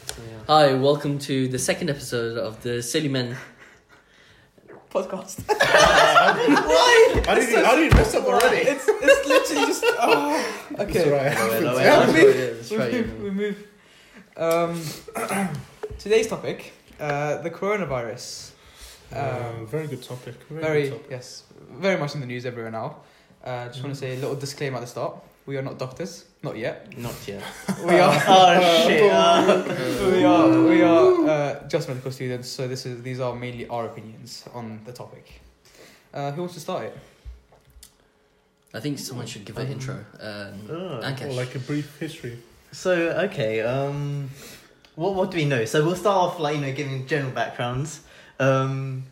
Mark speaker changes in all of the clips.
Speaker 1: Uh,
Speaker 2: Hi, welcome to the second episode of the Silly Men.
Speaker 3: podcast.
Speaker 4: Why? I didn't. I didn't mess up already.
Speaker 3: it's it's literally just oh,
Speaker 4: It's
Speaker 3: okay.
Speaker 4: alright.
Speaker 3: yeah, we move.
Speaker 2: That's
Speaker 3: We
Speaker 2: right, yeah.
Speaker 3: move. We move. Um, today's topic, uh, the coronavirus.
Speaker 4: Um,
Speaker 3: Um,
Speaker 4: very good topic. Very,
Speaker 3: very
Speaker 4: good topic.
Speaker 3: yes, very much in the news everywhere now. Uh, just want to say a little disclaimer at the start. We are not doctors, not yet.
Speaker 2: Not yet.
Speaker 3: We are.
Speaker 1: Oh shit! uh,
Speaker 3: we are. We are uh, just medical students, so this is these are mainly our opinions on the topic. Uh, who wants to start it?
Speaker 2: I think someone should give an intro. Um,
Speaker 1: uh.
Speaker 2: Ankesh.
Speaker 4: Or like a brief history.
Speaker 1: So okay, um, what what do we know? So we'll start off like you know giving general backgrounds. Um,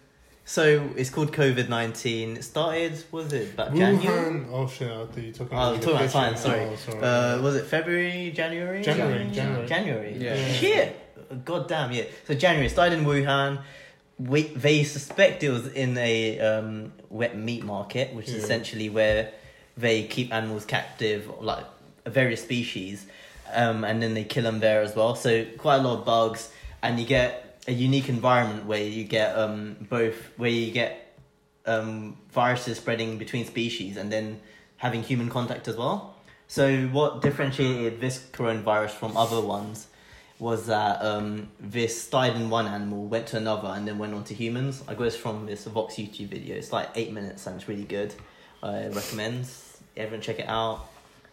Speaker 1: so it's called COVID nineteen. It started was it back January?
Speaker 4: Wuhan. Oh shit! I thought you were talking
Speaker 1: Uh, Oh,
Speaker 4: about
Speaker 1: talking about science, sorry.
Speaker 4: Oh, sorry.
Speaker 1: Uh, was it February, January?
Speaker 4: January, January.
Speaker 1: January.
Speaker 3: Yeah.
Speaker 4: Yeah.
Speaker 1: Shit. God damn, yeah. So January it started in Wuhan. We, they suspect it was in a um, wet meat market, which
Speaker 4: Yeah.
Speaker 1: is essentially where they keep animals captive, like various species, um, and then they kill them there as well. So quite a lot of bugs, and you get a unique environment where you get um, both where you get um, viruses spreading between species and then having human contact as well. So, what differentiated this coronavirus from other ones was that um, this died in one animal, went to another, and then went on to humans. I got this from this Vox YouTube video. It's like eight minutes and it's really good. I recommend everyone check it out.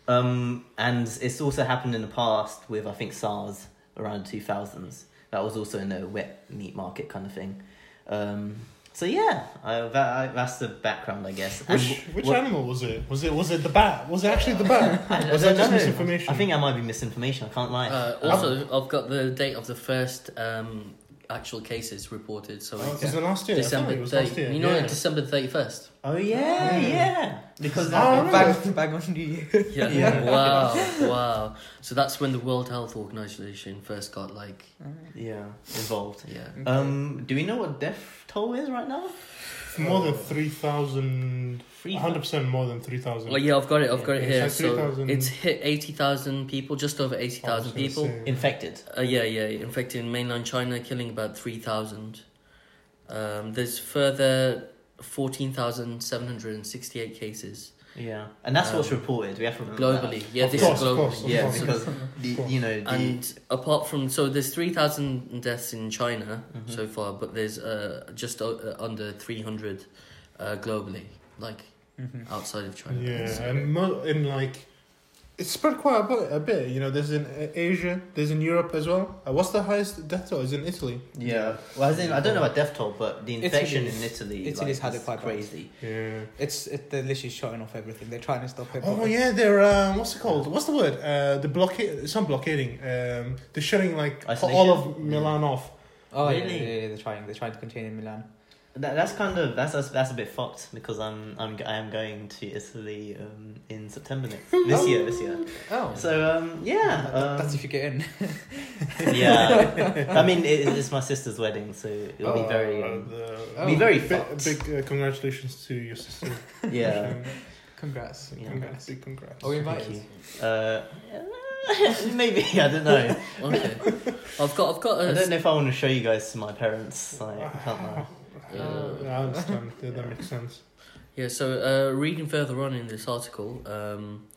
Speaker 1: Um, and it's also happened in the past with, I think, SARS around 2000s. That was also in a wet meat market kind of thing. Um, so yeah, I, that, I, that's the background, I guess. And
Speaker 4: Which
Speaker 1: wh-
Speaker 4: which
Speaker 1: what-
Speaker 4: animal was it? Was it was it the bat? Was it actually the bat?
Speaker 1: I, I
Speaker 4: was
Speaker 1: don't
Speaker 4: that just
Speaker 1: know.
Speaker 4: misinformation?
Speaker 1: I think that might be misinformation. I can't lie. Um,
Speaker 2: Uh, also, I've got the date of the first um, actual cases reported. So
Speaker 4: Oh,
Speaker 2: it's
Speaker 4: it was the last year. I
Speaker 2: December.
Speaker 4: thought it was
Speaker 2: 30
Speaker 4: last year.
Speaker 2: you know,
Speaker 4: yeah.
Speaker 2: December thirty first.
Speaker 1: oh yeah,
Speaker 4: Mm.
Speaker 1: yeah. Because
Speaker 4: Oh,
Speaker 1: that,
Speaker 4: really?
Speaker 3: Bag, bag on New Year.
Speaker 2: Yeah.
Speaker 1: Yeah.
Speaker 2: Wow. Wow. So that's when the World Health Organization first got like.
Speaker 1: yeah involved.
Speaker 2: Yeah.
Speaker 1: Um, do we know what death toll is right now?
Speaker 4: more than three thousand.
Speaker 1: Three.
Speaker 4: Hundred percent more than three thousand. Oh,
Speaker 2: Well, yeah, I've got it. I've got it
Speaker 4: Yeah,
Speaker 2: here.
Speaker 4: it's like Oh,
Speaker 2: So
Speaker 4: 3,000
Speaker 2: it's hit eighty thousand people, just over eighty
Speaker 4: I was
Speaker 2: thousand
Speaker 4: gonna
Speaker 2: people.
Speaker 4: say.
Speaker 1: Infected.
Speaker 2: Uh, yeah, yeah. Infected in mainland China, killing about 3,000. Um, there's further 14,768 cases
Speaker 1: Yeah, and that's what's
Speaker 2: Um,
Speaker 1: reported. We have to remember
Speaker 2: globally. Yeah,
Speaker 4: Of
Speaker 2: this
Speaker 4: course,
Speaker 2: is
Speaker 4: of
Speaker 2: global.
Speaker 4: course, of
Speaker 2: yeah.
Speaker 1: That.
Speaker 4: course.
Speaker 1: Because the, you know the
Speaker 2: And apart from, so there's 3,000 deaths in China
Speaker 1: Mhm.
Speaker 2: so far, but there's uh, just o- uh, under 300 uh, globally, like
Speaker 3: Mhm.
Speaker 2: outside of China.
Speaker 4: Yeah, and mo- in like, it's spread quite a bit. A bit, you know. There's in uh, Asia. There's in Europe as well. Uh, what's the highest death toll? Is in Italy.
Speaker 1: yeah. Well, as in, I don't know about death toll, but the infection
Speaker 3: Italy's-
Speaker 1: in Italy.
Speaker 3: Italy's
Speaker 1: like,
Speaker 3: had it
Speaker 1: is
Speaker 3: quite bad.
Speaker 1: crazy.
Speaker 4: Yeah.
Speaker 3: It's it, they're literally shutting off everything. They're trying to stop it.
Speaker 4: Oh
Speaker 3: but-
Speaker 4: yeah, they're um, what's it called? What's the word? Uh, the blockade. It's not blockading. Um, they're shutting like
Speaker 1: Isolation?
Speaker 4: all of Milan off.
Speaker 3: Oh yeah,
Speaker 1: Really?
Speaker 3: yeah, yeah, they're trying. They're trying to contain in Milan.
Speaker 1: That, that's kind of that's, that's that's a bit fucked because I'm I'm I am going to Italy um, in September next this year this year.
Speaker 3: Oh,
Speaker 1: So um, yeah, um,
Speaker 3: that's if you get in.
Speaker 1: yeah. I mean, it, it's my sister's wedding, so it'll
Speaker 3: Oh,
Speaker 1: be very
Speaker 4: Uh,
Speaker 1: um,
Speaker 4: the-
Speaker 3: Oh.
Speaker 1: be very
Speaker 4: Bi-
Speaker 1: fucked.
Speaker 4: Big, uh, congratulations to your sister.
Speaker 1: yeah.
Speaker 3: Congrats.
Speaker 1: Yeah.
Speaker 3: Congrats.
Speaker 4: Congrats. Big congrats.
Speaker 3: Are we
Speaker 1: Thank
Speaker 3: invited?
Speaker 1: you. Uh, maybe I don't know.
Speaker 2: Okay. I've got, I've got
Speaker 1: I
Speaker 2: a
Speaker 1: don't know if I want to show you guys to my parents. Like, I can't lie.
Speaker 4: Uh, I understand. Yeah, that makes sense.
Speaker 2: Yeah, so uh, reading further on in this article, um,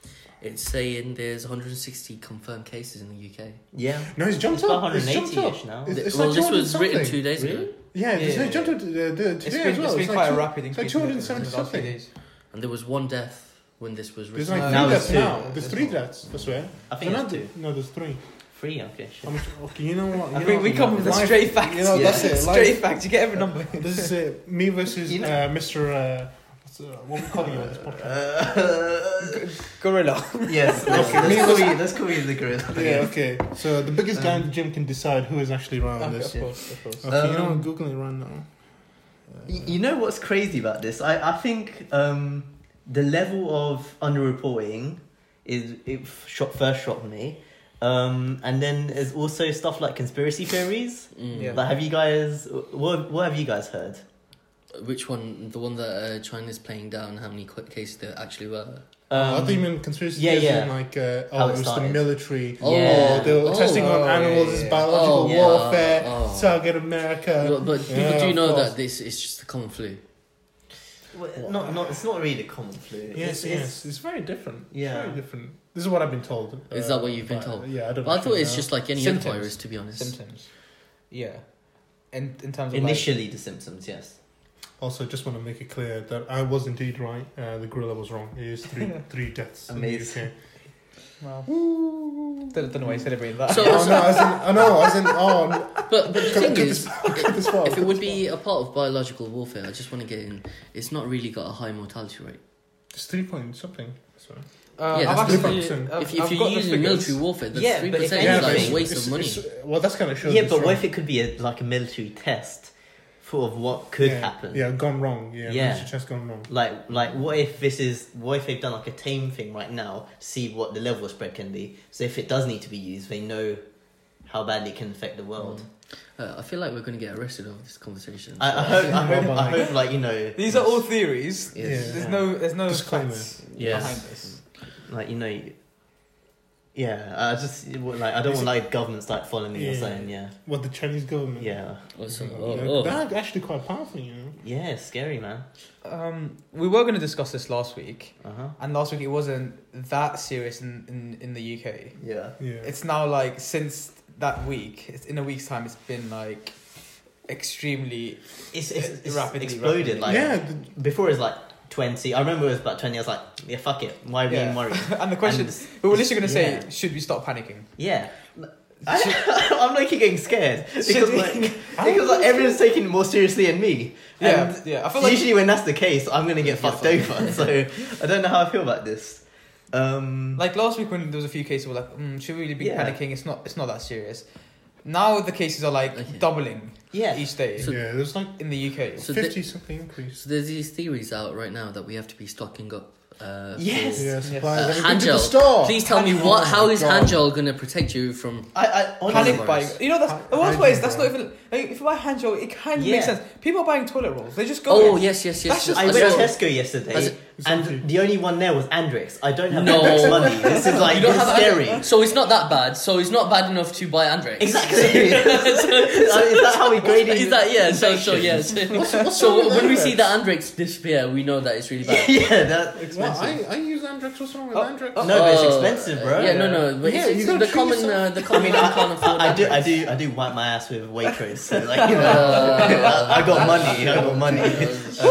Speaker 2: it's saying there's 160 confirmed cases in the UK.
Speaker 1: Yeah,
Speaker 4: No, it's jumped
Speaker 1: it's
Speaker 4: up.
Speaker 1: about
Speaker 4: It's jumped
Speaker 1: 180
Speaker 4: up.
Speaker 1: ish now.
Speaker 4: It's-
Speaker 2: Th-
Speaker 4: it's
Speaker 2: well,
Speaker 4: like
Speaker 2: this was
Speaker 4: 200
Speaker 2: written
Speaker 4: something.
Speaker 2: two days ago,
Speaker 4: Yeah, it's
Speaker 3: Yeah.
Speaker 4: it jumped up to the, the,
Speaker 3: It's
Speaker 4: today
Speaker 3: been,
Speaker 4: as well.
Speaker 3: it's been
Speaker 4: like
Speaker 3: quite
Speaker 4: two-
Speaker 3: a rapid
Speaker 4: it's
Speaker 3: increase.
Speaker 4: like
Speaker 3: in the- in the last few
Speaker 4: 277.
Speaker 3: days.
Speaker 2: and there was one death when this was
Speaker 4: There's
Speaker 2: written.
Speaker 4: like
Speaker 3: No,
Speaker 4: three
Speaker 1: there's
Speaker 4: deaths
Speaker 1: two.
Speaker 4: now. There's
Speaker 3: There's
Speaker 4: three
Speaker 3: two.
Speaker 4: deathts. I swear.
Speaker 1: I think
Speaker 4: They're
Speaker 1: it's
Speaker 4: not-
Speaker 1: two,
Speaker 4: No, there's three.
Speaker 1: three. Okay, shit.
Speaker 4: How much- Okay, you know what?
Speaker 3: I
Speaker 4: you
Speaker 3: think
Speaker 4: know
Speaker 3: we
Speaker 4: what,
Speaker 3: come
Speaker 4: man,
Speaker 3: with
Speaker 4: life-
Speaker 3: straight facts.
Speaker 4: You know,
Speaker 1: Yeah.
Speaker 4: that's it.
Speaker 3: Straight
Speaker 4: life-
Speaker 3: facts. You get every number.
Speaker 4: This is it. Me versus
Speaker 1: You know-
Speaker 4: uh, Mr. Uh, what's, uh, what we call you on this podcast?
Speaker 1: Uh,
Speaker 3: Gorilla.
Speaker 1: yes, let's,
Speaker 4: Okay.
Speaker 1: let's call you. Let's call you the gorilla.
Speaker 4: Yeah, okay. So the biggest guy in the gym can decide who is actually right on
Speaker 3: Of
Speaker 4: Oh, this.
Speaker 3: course, of course.
Speaker 4: Okay, you know,
Speaker 1: Um,
Speaker 4: I'm googling it right now.
Speaker 1: Y- You know what's crazy about this? I, I think um, the level of underreporting is it f- shot first shocked me, um, and then there's also stuff like conspiracy theories.
Speaker 2: Mm.
Speaker 3: Yeah.
Speaker 1: Like, have you guys what what have you guys heard?
Speaker 2: Which one? The one that uh, China's playing down how many qu- cases there actually were.
Speaker 1: Um,
Speaker 4: I think even conspiracy
Speaker 1: yeah,
Speaker 4: theories
Speaker 1: yeah.
Speaker 4: in like uh,
Speaker 1: How it
Speaker 4: oh, it was the
Speaker 1: started.
Speaker 4: military.
Speaker 2: Oh,
Speaker 1: Yeah.
Speaker 4: Oh, they were
Speaker 2: oh,
Speaker 4: testing
Speaker 3: oh,
Speaker 4: on animals as
Speaker 3: yeah.
Speaker 4: biological
Speaker 2: Oh, yeah.
Speaker 4: warfare,
Speaker 2: Oh.
Speaker 4: target America.
Speaker 2: But, but people
Speaker 4: Yeah,
Speaker 2: do
Speaker 4: of
Speaker 2: know
Speaker 4: course.
Speaker 2: that this is just the common flu.
Speaker 1: well, not, not, it's not really common flu.
Speaker 4: Yes,
Speaker 1: It's-
Speaker 4: yes,
Speaker 1: it's-
Speaker 4: it's, very different. It's
Speaker 1: Yeah.
Speaker 4: very different. This is what I've been told.
Speaker 2: Is that what you've been
Speaker 4: but,
Speaker 2: told?
Speaker 4: Yeah, I don't.
Speaker 2: But I thought
Speaker 4: actually
Speaker 2: it's
Speaker 4: know.
Speaker 2: just like any
Speaker 3: Symptoms.
Speaker 2: other virus, to be honest.
Speaker 3: symptoms. Yeah, in in terms of like,
Speaker 1: Initially, the symptoms, yes.
Speaker 4: Also, just want to make it clear that I was indeed right. Uh, the gorilla was wrong. It is three three deaths. in the
Speaker 1: Amazing.
Speaker 4: UK.
Speaker 3: well, don't, don't know why you celebrated that.
Speaker 2: So-
Speaker 4: oh no, as in, oh no, as in, oh,
Speaker 2: But but the
Speaker 4: Cut-
Speaker 2: thing
Speaker 4: cut
Speaker 2: is,
Speaker 4: cut this part,
Speaker 2: if it
Speaker 4: cut
Speaker 2: would
Speaker 4: this
Speaker 2: be a part of biological warfare, I just want to get in. It's not really got a high mortality rate.
Speaker 4: it's three point something. Sorry.
Speaker 3: Uh,
Speaker 2: Yeah,
Speaker 3: I've
Speaker 2: that's
Speaker 3: actually-
Speaker 4: different.
Speaker 3: I've-
Speaker 2: if if
Speaker 3: I've
Speaker 2: you're
Speaker 3: got the
Speaker 2: using
Speaker 3: figures.
Speaker 2: military warfare, that's
Speaker 1: Yeah,
Speaker 2: three
Speaker 1: but if
Speaker 2: percent
Speaker 1: anything-
Speaker 2: is
Speaker 4: but
Speaker 2: like
Speaker 4: it's-
Speaker 2: a waste of money.
Speaker 4: it's- it's- well, that's kind of shows.
Speaker 1: yeah,
Speaker 4: it's
Speaker 1: but
Speaker 4: wrong.
Speaker 1: what if it could be a, like a military test for of what could
Speaker 4: yeah,
Speaker 1: happen?
Speaker 4: Yeah, gone wrong. Yeah,
Speaker 1: Yeah.
Speaker 4: yeah. just gone wrong.
Speaker 1: Like, like, what if this is? What if they've done like a tame thing right now to see what the level of spread can be? So if it does need to be used, they know how badly it can affect the world.
Speaker 3: Mm.
Speaker 2: Uh, I feel like we're going to get arrested over this conversation.
Speaker 1: I, I hope, I hope, I hope, like you know,
Speaker 3: These are all theories.
Speaker 2: Yeah.
Speaker 3: There's no there's no
Speaker 4: Disclaimer.
Speaker 3: facts
Speaker 2: Yes.
Speaker 3: behind this.
Speaker 1: like you know. Yeah, I just like I don't want like governments like following me or
Speaker 4: Yeah.
Speaker 1: saying yeah,
Speaker 4: What the Chinese government?
Speaker 1: yeah,
Speaker 2: Also,
Speaker 4: Yeah,
Speaker 2: oh, oh.
Speaker 4: That's actually quite powerful, you know.
Speaker 1: yeah. It's scary, man.
Speaker 3: Um, we were going to discuss this last week,
Speaker 1: Uh huh.
Speaker 3: and last week it wasn't that serious in in, in the UK.
Speaker 1: Yeah.
Speaker 4: Yeah.
Speaker 3: It's now like since that week, it's in a week's time. It's been like extremely.
Speaker 1: It's it's,
Speaker 3: It's
Speaker 1: it's
Speaker 3: rapidly-
Speaker 1: exploded
Speaker 3: rapidly.
Speaker 1: like
Speaker 4: yeah. The,
Speaker 1: before it was like twenty. I remember it was about twenty. I was like, yeah, fuck it. Why are we
Speaker 3: Yeah.
Speaker 1: even worried?
Speaker 3: and the question,
Speaker 1: And-
Speaker 3: we were literally going to
Speaker 1: Yeah.
Speaker 3: say, should we stop panicking?
Speaker 1: Yeah. I, I'm like getting scared because
Speaker 3: Should-
Speaker 1: like, because like everyone's taking it more seriously than me.
Speaker 3: Yeah,
Speaker 1: And
Speaker 3: yeah. I feel like
Speaker 1: usually when that's the case, I'm gonna get
Speaker 2: You're
Speaker 1: fucked over. So I don't know how I feel about this. Um,
Speaker 3: like last week when there was a few cases, we were like, mm, should we really be
Speaker 1: Yeah.
Speaker 3: panicking? It's not. It's not that serious. Now the cases are like
Speaker 2: Okay.
Speaker 3: doubling
Speaker 1: yeah,
Speaker 3: each day
Speaker 2: So-
Speaker 4: yeah, there's like
Speaker 3: in the UK.
Speaker 2: So
Speaker 4: fifty something increase.
Speaker 2: So there's these theories out right now that we have to be stocking up. Uh,
Speaker 1: Yes.
Speaker 2: for-
Speaker 4: Yeah,
Speaker 3: Yes.
Speaker 4: supplies.
Speaker 2: Uh,
Speaker 4: Everything
Speaker 2: hand
Speaker 4: to the
Speaker 2: gel.
Speaker 4: store.
Speaker 2: Please tell me
Speaker 4: Hand-
Speaker 2: what?
Speaker 4: oh
Speaker 2: How
Speaker 4: my
Speaker 2: is
Speaker 4: God.
Speaker 2: hand gel going to protect you from?
Speaker 1: I, I honestly,
Speaker 3: Panic
Speaker 2: Coronavirus.
Speaker 3: buying, you know that's
Speaker 4: Hy-
Speaker 3: the worst way is
Speaker 4: hygiene
Speaker 3: that's not even like if you buy hand gel, it kind of
Speaker 1: Yeah.
Speaker 3: makes sense. People are buying toilet rolls; they just go.
Speaker 2: Oh
Speaker 3: in.
Speaker 2: yes, yes, yes.
Speaker 3: That's just-
Speaker 1: I
Speaker 2: yes.
Speaker 1: went
Speaker 3: That's
Speaker 1: to
Speaker 3: all.
Speaker 1: Tesco yesterday,
Speaker 4: Exactly.
Speaker 1: and the only one there was Andrex. I don't have
Speaker 2: No.
Speaker 1: Andrex money. This is like
Speaker 2: You don't
Speaker 1: it's
Speaker 2: have
Speaker 1: scary.
Speaker 2: So it's not that bad. So it's not bad enough to buy Andrex.
Speaker 1: Exactly. is that how we graded?
Speaker 2: Is that yeah? So so yes. so when we see the Andrex disappear, we know that it's really bad.
Speaker 1: yeah, that
Speaker 4: Well,
Speaker 1: expensive.
Speaker 4: I, I use Andrex. What's wrong with
Speaker 3: Oh,
Speaker 4: Andrex?
Speaker 1: No, but it's expensive, bro.
Speaker 2: Yeah, no, no. But
Speaker 4: Yeah,
Speaker 2: it's,
Speaker 4: you
Speaker 2: it's
Speaker 4: gotta
Speaker 2: the
Speaker 4: treat
Speaker 2: common,
Speaker 4: yourself.
Speaker 2: uh, the common.
Speaker 1: mean,
Speaker 2: one can't afford
Speaker 1: I, I do, I
Speaker 2: Andrex.
Speaker 1: do, I do wipe my ass with Waitrose. So like, you know,
Speaker 2: Uh,
Speaker 1: I got money. I got money.
Speaker 2: Uh,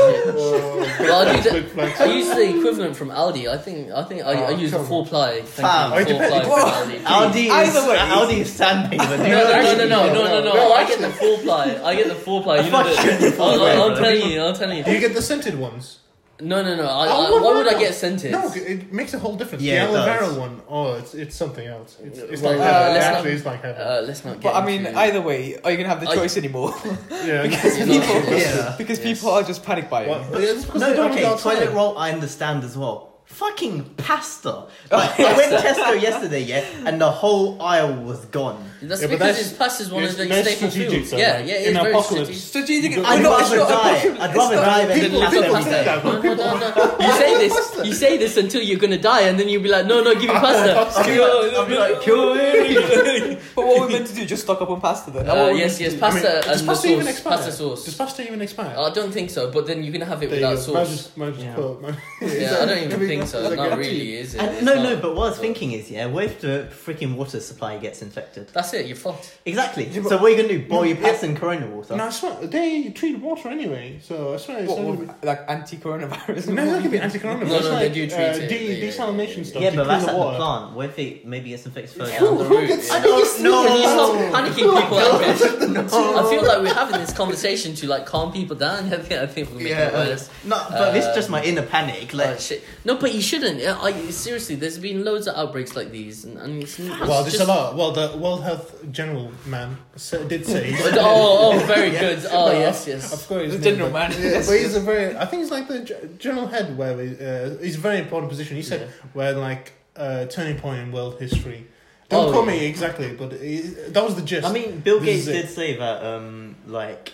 Speaker 2: Well, I do
Speaker 4: Quick flex.
Speaker 2: I use the equivalent from Aldi. I think I think I, I
Speaker 4: Oh,
Speaker 2: use the
Speaker 4: come
Speaker 2: four ply. Thank
Speaker 1: Fam.
Speaker 2: you,
Speaker 4: Oh,
Speaker 2: four
Speaker 4: it
Speaker 2: ply
Speaker 4: depends.
Speaker 2: from Aldi.
Speaker 1: Aldi is,
Speaker 3: Either way.
Speaker 1: Aldi is sandpaper. dude.
Speaker 2: No, no, no, no, no, no, no,
Speaker 4: No,
Speaker 2: I get the four ply. I get the four ply. You know
Speaker 1: Fuck you,
Speaker 2: the,
Speaker 1: four
Speaker 2: I'll,
Speaker 1: ply,
Speaker 2: I'll, I'll
Speaker 1: brother.
Speaker 2: tell you. I'll tell you.
Speaker 4: Do you get the scented ones?
Speaker 2: No, no, no. I,
Speaker 4: Oh,
Speaker 2: I,
Speaker 4: what
Speaker 2: why Uh, would I
Speaker 4: about-
Speaker 2: get scented?
Speaker 4: No, it makes a whole difference.
Speaker 1: Yeah, it
Speaker 4: the aloe
Speaker 1: does.
Speaker 4: vera one, oh, it's it's something else. It's, it's
Speaker 2: Well,
Speaker 4: like
Speaker 3: uh,
Speaker 4: heaven.
Speaker 3: let's
Speaker 2: not-
Speaker 4: Actually, it's like heaven.
Speaker 2: Uh, let's not get.
Speaker 3: But I mean,
Speaker 2: into-
Speaker 3: either way, are you gonna have the
Speaker 2: I-
Speaker 3: choice anymore?
Speaker 4: yeah,
Speaker 3: because
Speaker 2: Yeah.
Speaker 3: people,
Speaker 1: Yeah.
Speaker 3: because
Speaker 2: Yes.
Speaker 3: people are just panic buying.
Speaker 4: Well, it's because they
Speaker 1: No,
Speaker 4: don't go
Speaker 1: okay,
Speaker 4: outside.
Speaker 1: toilet roll I understand as well. Fucking pasta. Like, I went to Tesco yesterday, yeah, and the whole aisle was gone.
Speaker 2: That's
Speaker 4: Yeah, but
Speaker 2: because
Speaker 4: that's-
Speaker 2: his pasta is one of
Speaker 4: it's
Speaker 2: the
Speaker 4: nice
Speaker 2: staple
Speaker 4: strategic,
Speaker 2: foods.
Speaker 4: so,
Speaker 2: Yeah,
Speaker 4: like,
Speaker 2: yeah,
Speaker 4: in
Speaker 2: it's very
Speaker 4: apocalypse.
Speaker 2: strategic.
Speaker 3: So do you think
Speaker 4: You
Speaker 1: I'd
Speaker 3: I'm not?
Speaker 1: rather
Speaker 3: It's not
Speaker 1: die. I'd rather die than
Speaker 2: People-
Speaker 1: eat
Speaker 2: people
Speaker 1: pasta every day.
Speaker 2: think No, no, no, no. You say this, you say this until you're gonna die, and then you'll be like, no, no, give me pasta.
Speaker 1: I'll be like, kill me.
Speaker 3: But what we're meant to do? Just stock up on pasta then. That's what
Speaker 2: Uh,
Speaker 3: we're
Speaker 2: yes,
Speaker 3: meant
Speaker 2: yes,
Speaker 3: to do.
Speaker 4: I mean,
Speaker 2: pasta
Speaker 4: does
Speaker 2: and the
Speaker 4: pasta even
Speaker 2: sauce.
Speaker 4: expire?
Speaker 2: Pasta sauce.
Speaker 4: Does pasta even expire?
Speaker 2: I don't think so, but then you're gonna have it
Speaker 4: There you go.
Speaker 2: without
Speaker 4: Might
Speaker 2: sauce.
Speaker 4: just- might just
Speaker 1: Yeah.
Speaker 4: put- might-
Speaker 2: Yeah, I don't even
Speaker 4: mean,
Speaker 2: think so.
Speaker 4: that's like
Speaker 2: Not
Speaker 4: a-
Speaker 2: really, is it?
Speaker 1: And
Speaker 2: It's
Speaker 1: no,
Speaker 2: not-
Speaker 1: no, but what I was thinking is, yeah, what if the freaking water supply gets infected?
Speaker 2: That's it. You're fucked.
Speaker 1: Exactly.
Speaker 4: Yeah, but-
Speaker 1: so what are you gonna do? Boil your
Speaker 4: Yeah.
Speaker 1: pasta in Corona water?
Speaker 4: No, I swear they treat water anyway. So I swear it's
Speaker 3: What,
Speaker 4: not gonna
Speaker 3: what,
Speaker 4: be-
Speaker 3: like anti-coronavirus.
Speaker 4: No, that could be anti-coronavirus.
Speaker 2: No,
Speaker 4: It's
Speaker 2: no, they
Speaker 4: like,
Speaker 2: do treat
Speaker 4: uh,
Speaker 2: it.
Speaker 4: de-
Speaker 2: They-
Speaker 4: desalination stuff
Speaker 1: yeah,
Speaker 4: to
Speaker 1: but
Speaker 4: clean
Speaker 1: that's
Speaker 4: the
Speaker 1: at the
Speaker 4: water.
Speaker 1: plant. What if it maybe gets infected further
Speaker 2: Who-
Speaker 1: down the
Speaker 2: who
Speaker 1: road?
Speaker 2: gets-
Speaker 1: yeah?
Speaker 2: I think it's-
Speaker 1: No,
Speaker 2: Can you stop
Speaker 1: no.
Speaker 2: panicking people out there? I feel like we're having this conversation to like calm people down. I think I think we're making it
Speaker 1: Yeah,
Speaker 2: worse.
Speaker 1: no, but this is just
Speaker 2: Um,
Speaker 1: my inner panic.
Speaker 2: Like,
Speaker 1: Like,
Speaker 2: shit. No, but you shouldn't. Yeah, I, seriously, there's been loads of outbreaks like these, and, and it's, it's
Speaker 4: Well, there's
Speaker 2: just,
Speaker 4: a lot. Well, the World Health General man sa- did say.
Speaker 2: Oh, oh, very good. Oh, yes,
Speaker 4: Of
Speaker 2: yes.
Speaker 4: course, his
Speaker 3: The
Speaker 4: name,
Speaker 3: general
Speaker 4: but-
Speaker 3: man.
Speaker 4: Yeah, but he's a very. I think he's like the ge- general head. Where we, uh, he's a very important position. He said where like uh, turning point in world history. Don't
Speaker 2: Oh,
Speaker 4: call
Speaker 2: yeah.
Speaker 4: me exactly, but it, that was the gist.
Speaker 1: I mean, Bill
Speaker 4: This
Speaker 1: Gates
Speaker 4: is it.
Speaker 1: did say that, um, like,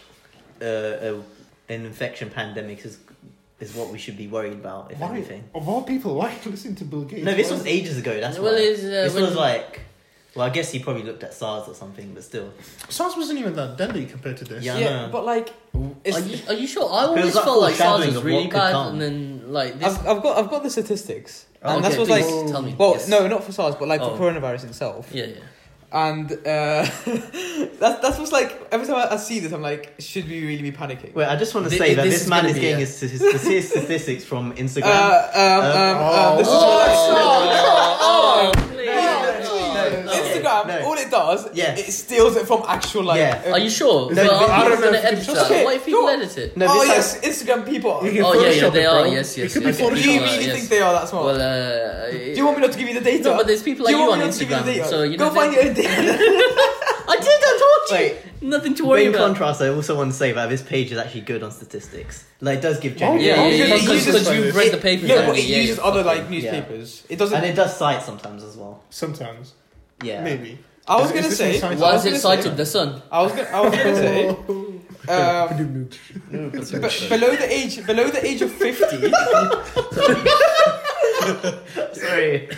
Speaker 1: uh, uh, an infection pandemic is is what we should be worried about, if
Speaker 4: Why?
Speaker 1: anything.
Speaker 4: Of all people, why listen to Bill Gates?
Speaker 1: No, this
Speaker 4: Why
Speaker 1: was
Speaker 4: is-
Speaker 1: ages ago. That's
Speaker 2: well,
Speaker 1: why.
Speaker 2: it's, uh,
Speaker 1: this
Speaker 2: when-
Speaker 1: was like. Well, I guess he probably looked at SARS or something, but still.
Speaker 4: SARS wasn't even that deadly compared to this.
Speaker 1: Yeah, I know.
Speaker 3: but like
Speaker 2: Are
Speaker 3: It's-
Speaker 2: you, are you sure? I
Speaker 1: Feels
Speaker 2: always
Speaker 1: like
Speaker 2: felt like SARS
Speaker 1: foreshadowing
Speaker 2: was
Speaker 1: of
Speaker 2: really
Speaker 1: what could
Speaker 2: bad,
Speaker 1: come.
Speaker 2: and then like this.
Speaker 3: I've, I've got I've got the statistics, and
Speaker 2: okay,
Speaker 3: that's what's
Speaker 2: please,
Speaker 3: like.
Speaker 2: tell me.
Speaker 3: Well,
Speaker 2: Yes.
Speaker 3: no, not for SARS, but like
Speaker 2: Oh.
Speaker 3: for coronavirus itself.
Speaker 2: Yeah, yeah.
Speaker 3: And uh, that's that's what's like. Every time I, I see this, I'm like, should we really be panicking?
Speaker 1: Wait, I just want to
Speaker 2: Thi-
Speaker 1: say that
Speaker 2: this
Speaker 1: this,
Speaker 2: is
Speaker 1: man
Speaker 2: gonna
Speaker 1: is
Speaker 2: be
Speaker 1: getting
Speaker 2: a-
Speaker 1: his, his, his, his statistics from Instagram.
Speaker 3: uh, um, um,
Speaker 4: Oh.
Speaker 3: um, this is
Speaker 4: Oh,
Speaker 3: what I-
Speaker 2: Oh,
Speaker 1: no, no.
Speaker 3: Instagram,
Speaker 1: no.
Speaker 3: all it does,
Speaker 1: Yes.
Speaker 3: it steals it from actual like. uh,
Speaker 1: Yeah.
Speaker 2: Are you sure?
Speaker 1: No,
Speaker 2: well,
Speaker 1: but-
Speaker 2: I'm
Speaker 4: I
Speaker 2: not
Speaker 4: don't know
Speaker 2: going to
Speaker 4: if you
Speaker 2: edit
Speaker 4: can-
Speaker 2: that.
Speaker 3: Okay,
Speaker 2: what if people
Speaker 3: no.
Speaker 2: edit it?
Speaker 1: no,
Speaker 3: oh
Speaker 1: this
Speaker 3: yes, Instagram people.
Speaker 4: You can
Speaker 2: Oh, yeah, yeah,
Speaker 4: Photoshop
Speaker 2: they
Speaker 4: it,
Speaker 2: are,
Speaker 4: bro.
Speaker 2: yes, yes,
Speaker 4: It could
Speaker 2: yes,
Speaker 4: be
Speaker 2: yes.
Speaker 3: do
Speaker 4: Photoshop.
Speaker 3: you
Speaker 2: uh,
Speaker 3: really
Speaker 2: yes.
Speaker 3: think they are that smart?
Speaker 2: Well, uh,
Speaker 3: do you want me not to give you the data?
Speaker 2: No, but there's people like
Speaker 3: do
Speaker 2: you,
Speaker 3: you want
Speaker 2: on
Speaker 3: me not to give you the
Speaker 2: Instagram,
Speaker 3: data?
Speaker 2: so you
Speaker 3: Go
Speaker 2: know.
Speaker 3: find your own data.
Speaker 2: I did. I told you.
Speaker 1: Wait,
Speaker 2: Nothing to
Speaker 1: but
Speaker 2: worry
Speaker 1: in
Speaker 2: about.
Speaker 1: contrast, I also want to say that this page is actually good on statistics. Like, it does give
Speaker 4: Why would-
Speaker 1: genuine.
Speaker 2: yeah,
Speaker 3: Oh,
Speaker 2: yeah, yeah,
Speaker 3: yeah, you
Speaker 2: because
Speaker 3: just-
Speaker 2: because you've read the paper.
Speaker 3: Yeah, but
Speaker 2: haven't
Speaker 3: it
Speaker 2: you? Yeah,
Speaker 3: uses
Speaker 2: yeah.
Speaker 3: other like
Speaker 1: yeah.
Speaker 3: newspapers.
Speaker 2: Oh,
Speaker 3: It doesn't.
Speaker 1: And it does cite sometimes as well.
Speaker 4: Sometimes,
Speaker 1: Yeah.
Speaker 4: maybe.
Speaker 3: I was
Speaker 4: Is-
Speaker 3: gonna
Speaker 4: is this
Speaker 3: say.
Speaker 4: inside-
Speaker 2: Why is
Speaker 3: I
Speaker 2: it
Speaker 3: was
Speaker 2: cited the sun?
Speaker 3: I was gonna, I was gonna
Speaker 4: Oh.
Speaker 3: say, um,
Speaker 2: That's
Speaker 3: be- below the age below the age of fifty,
Speaker 1: Sorry.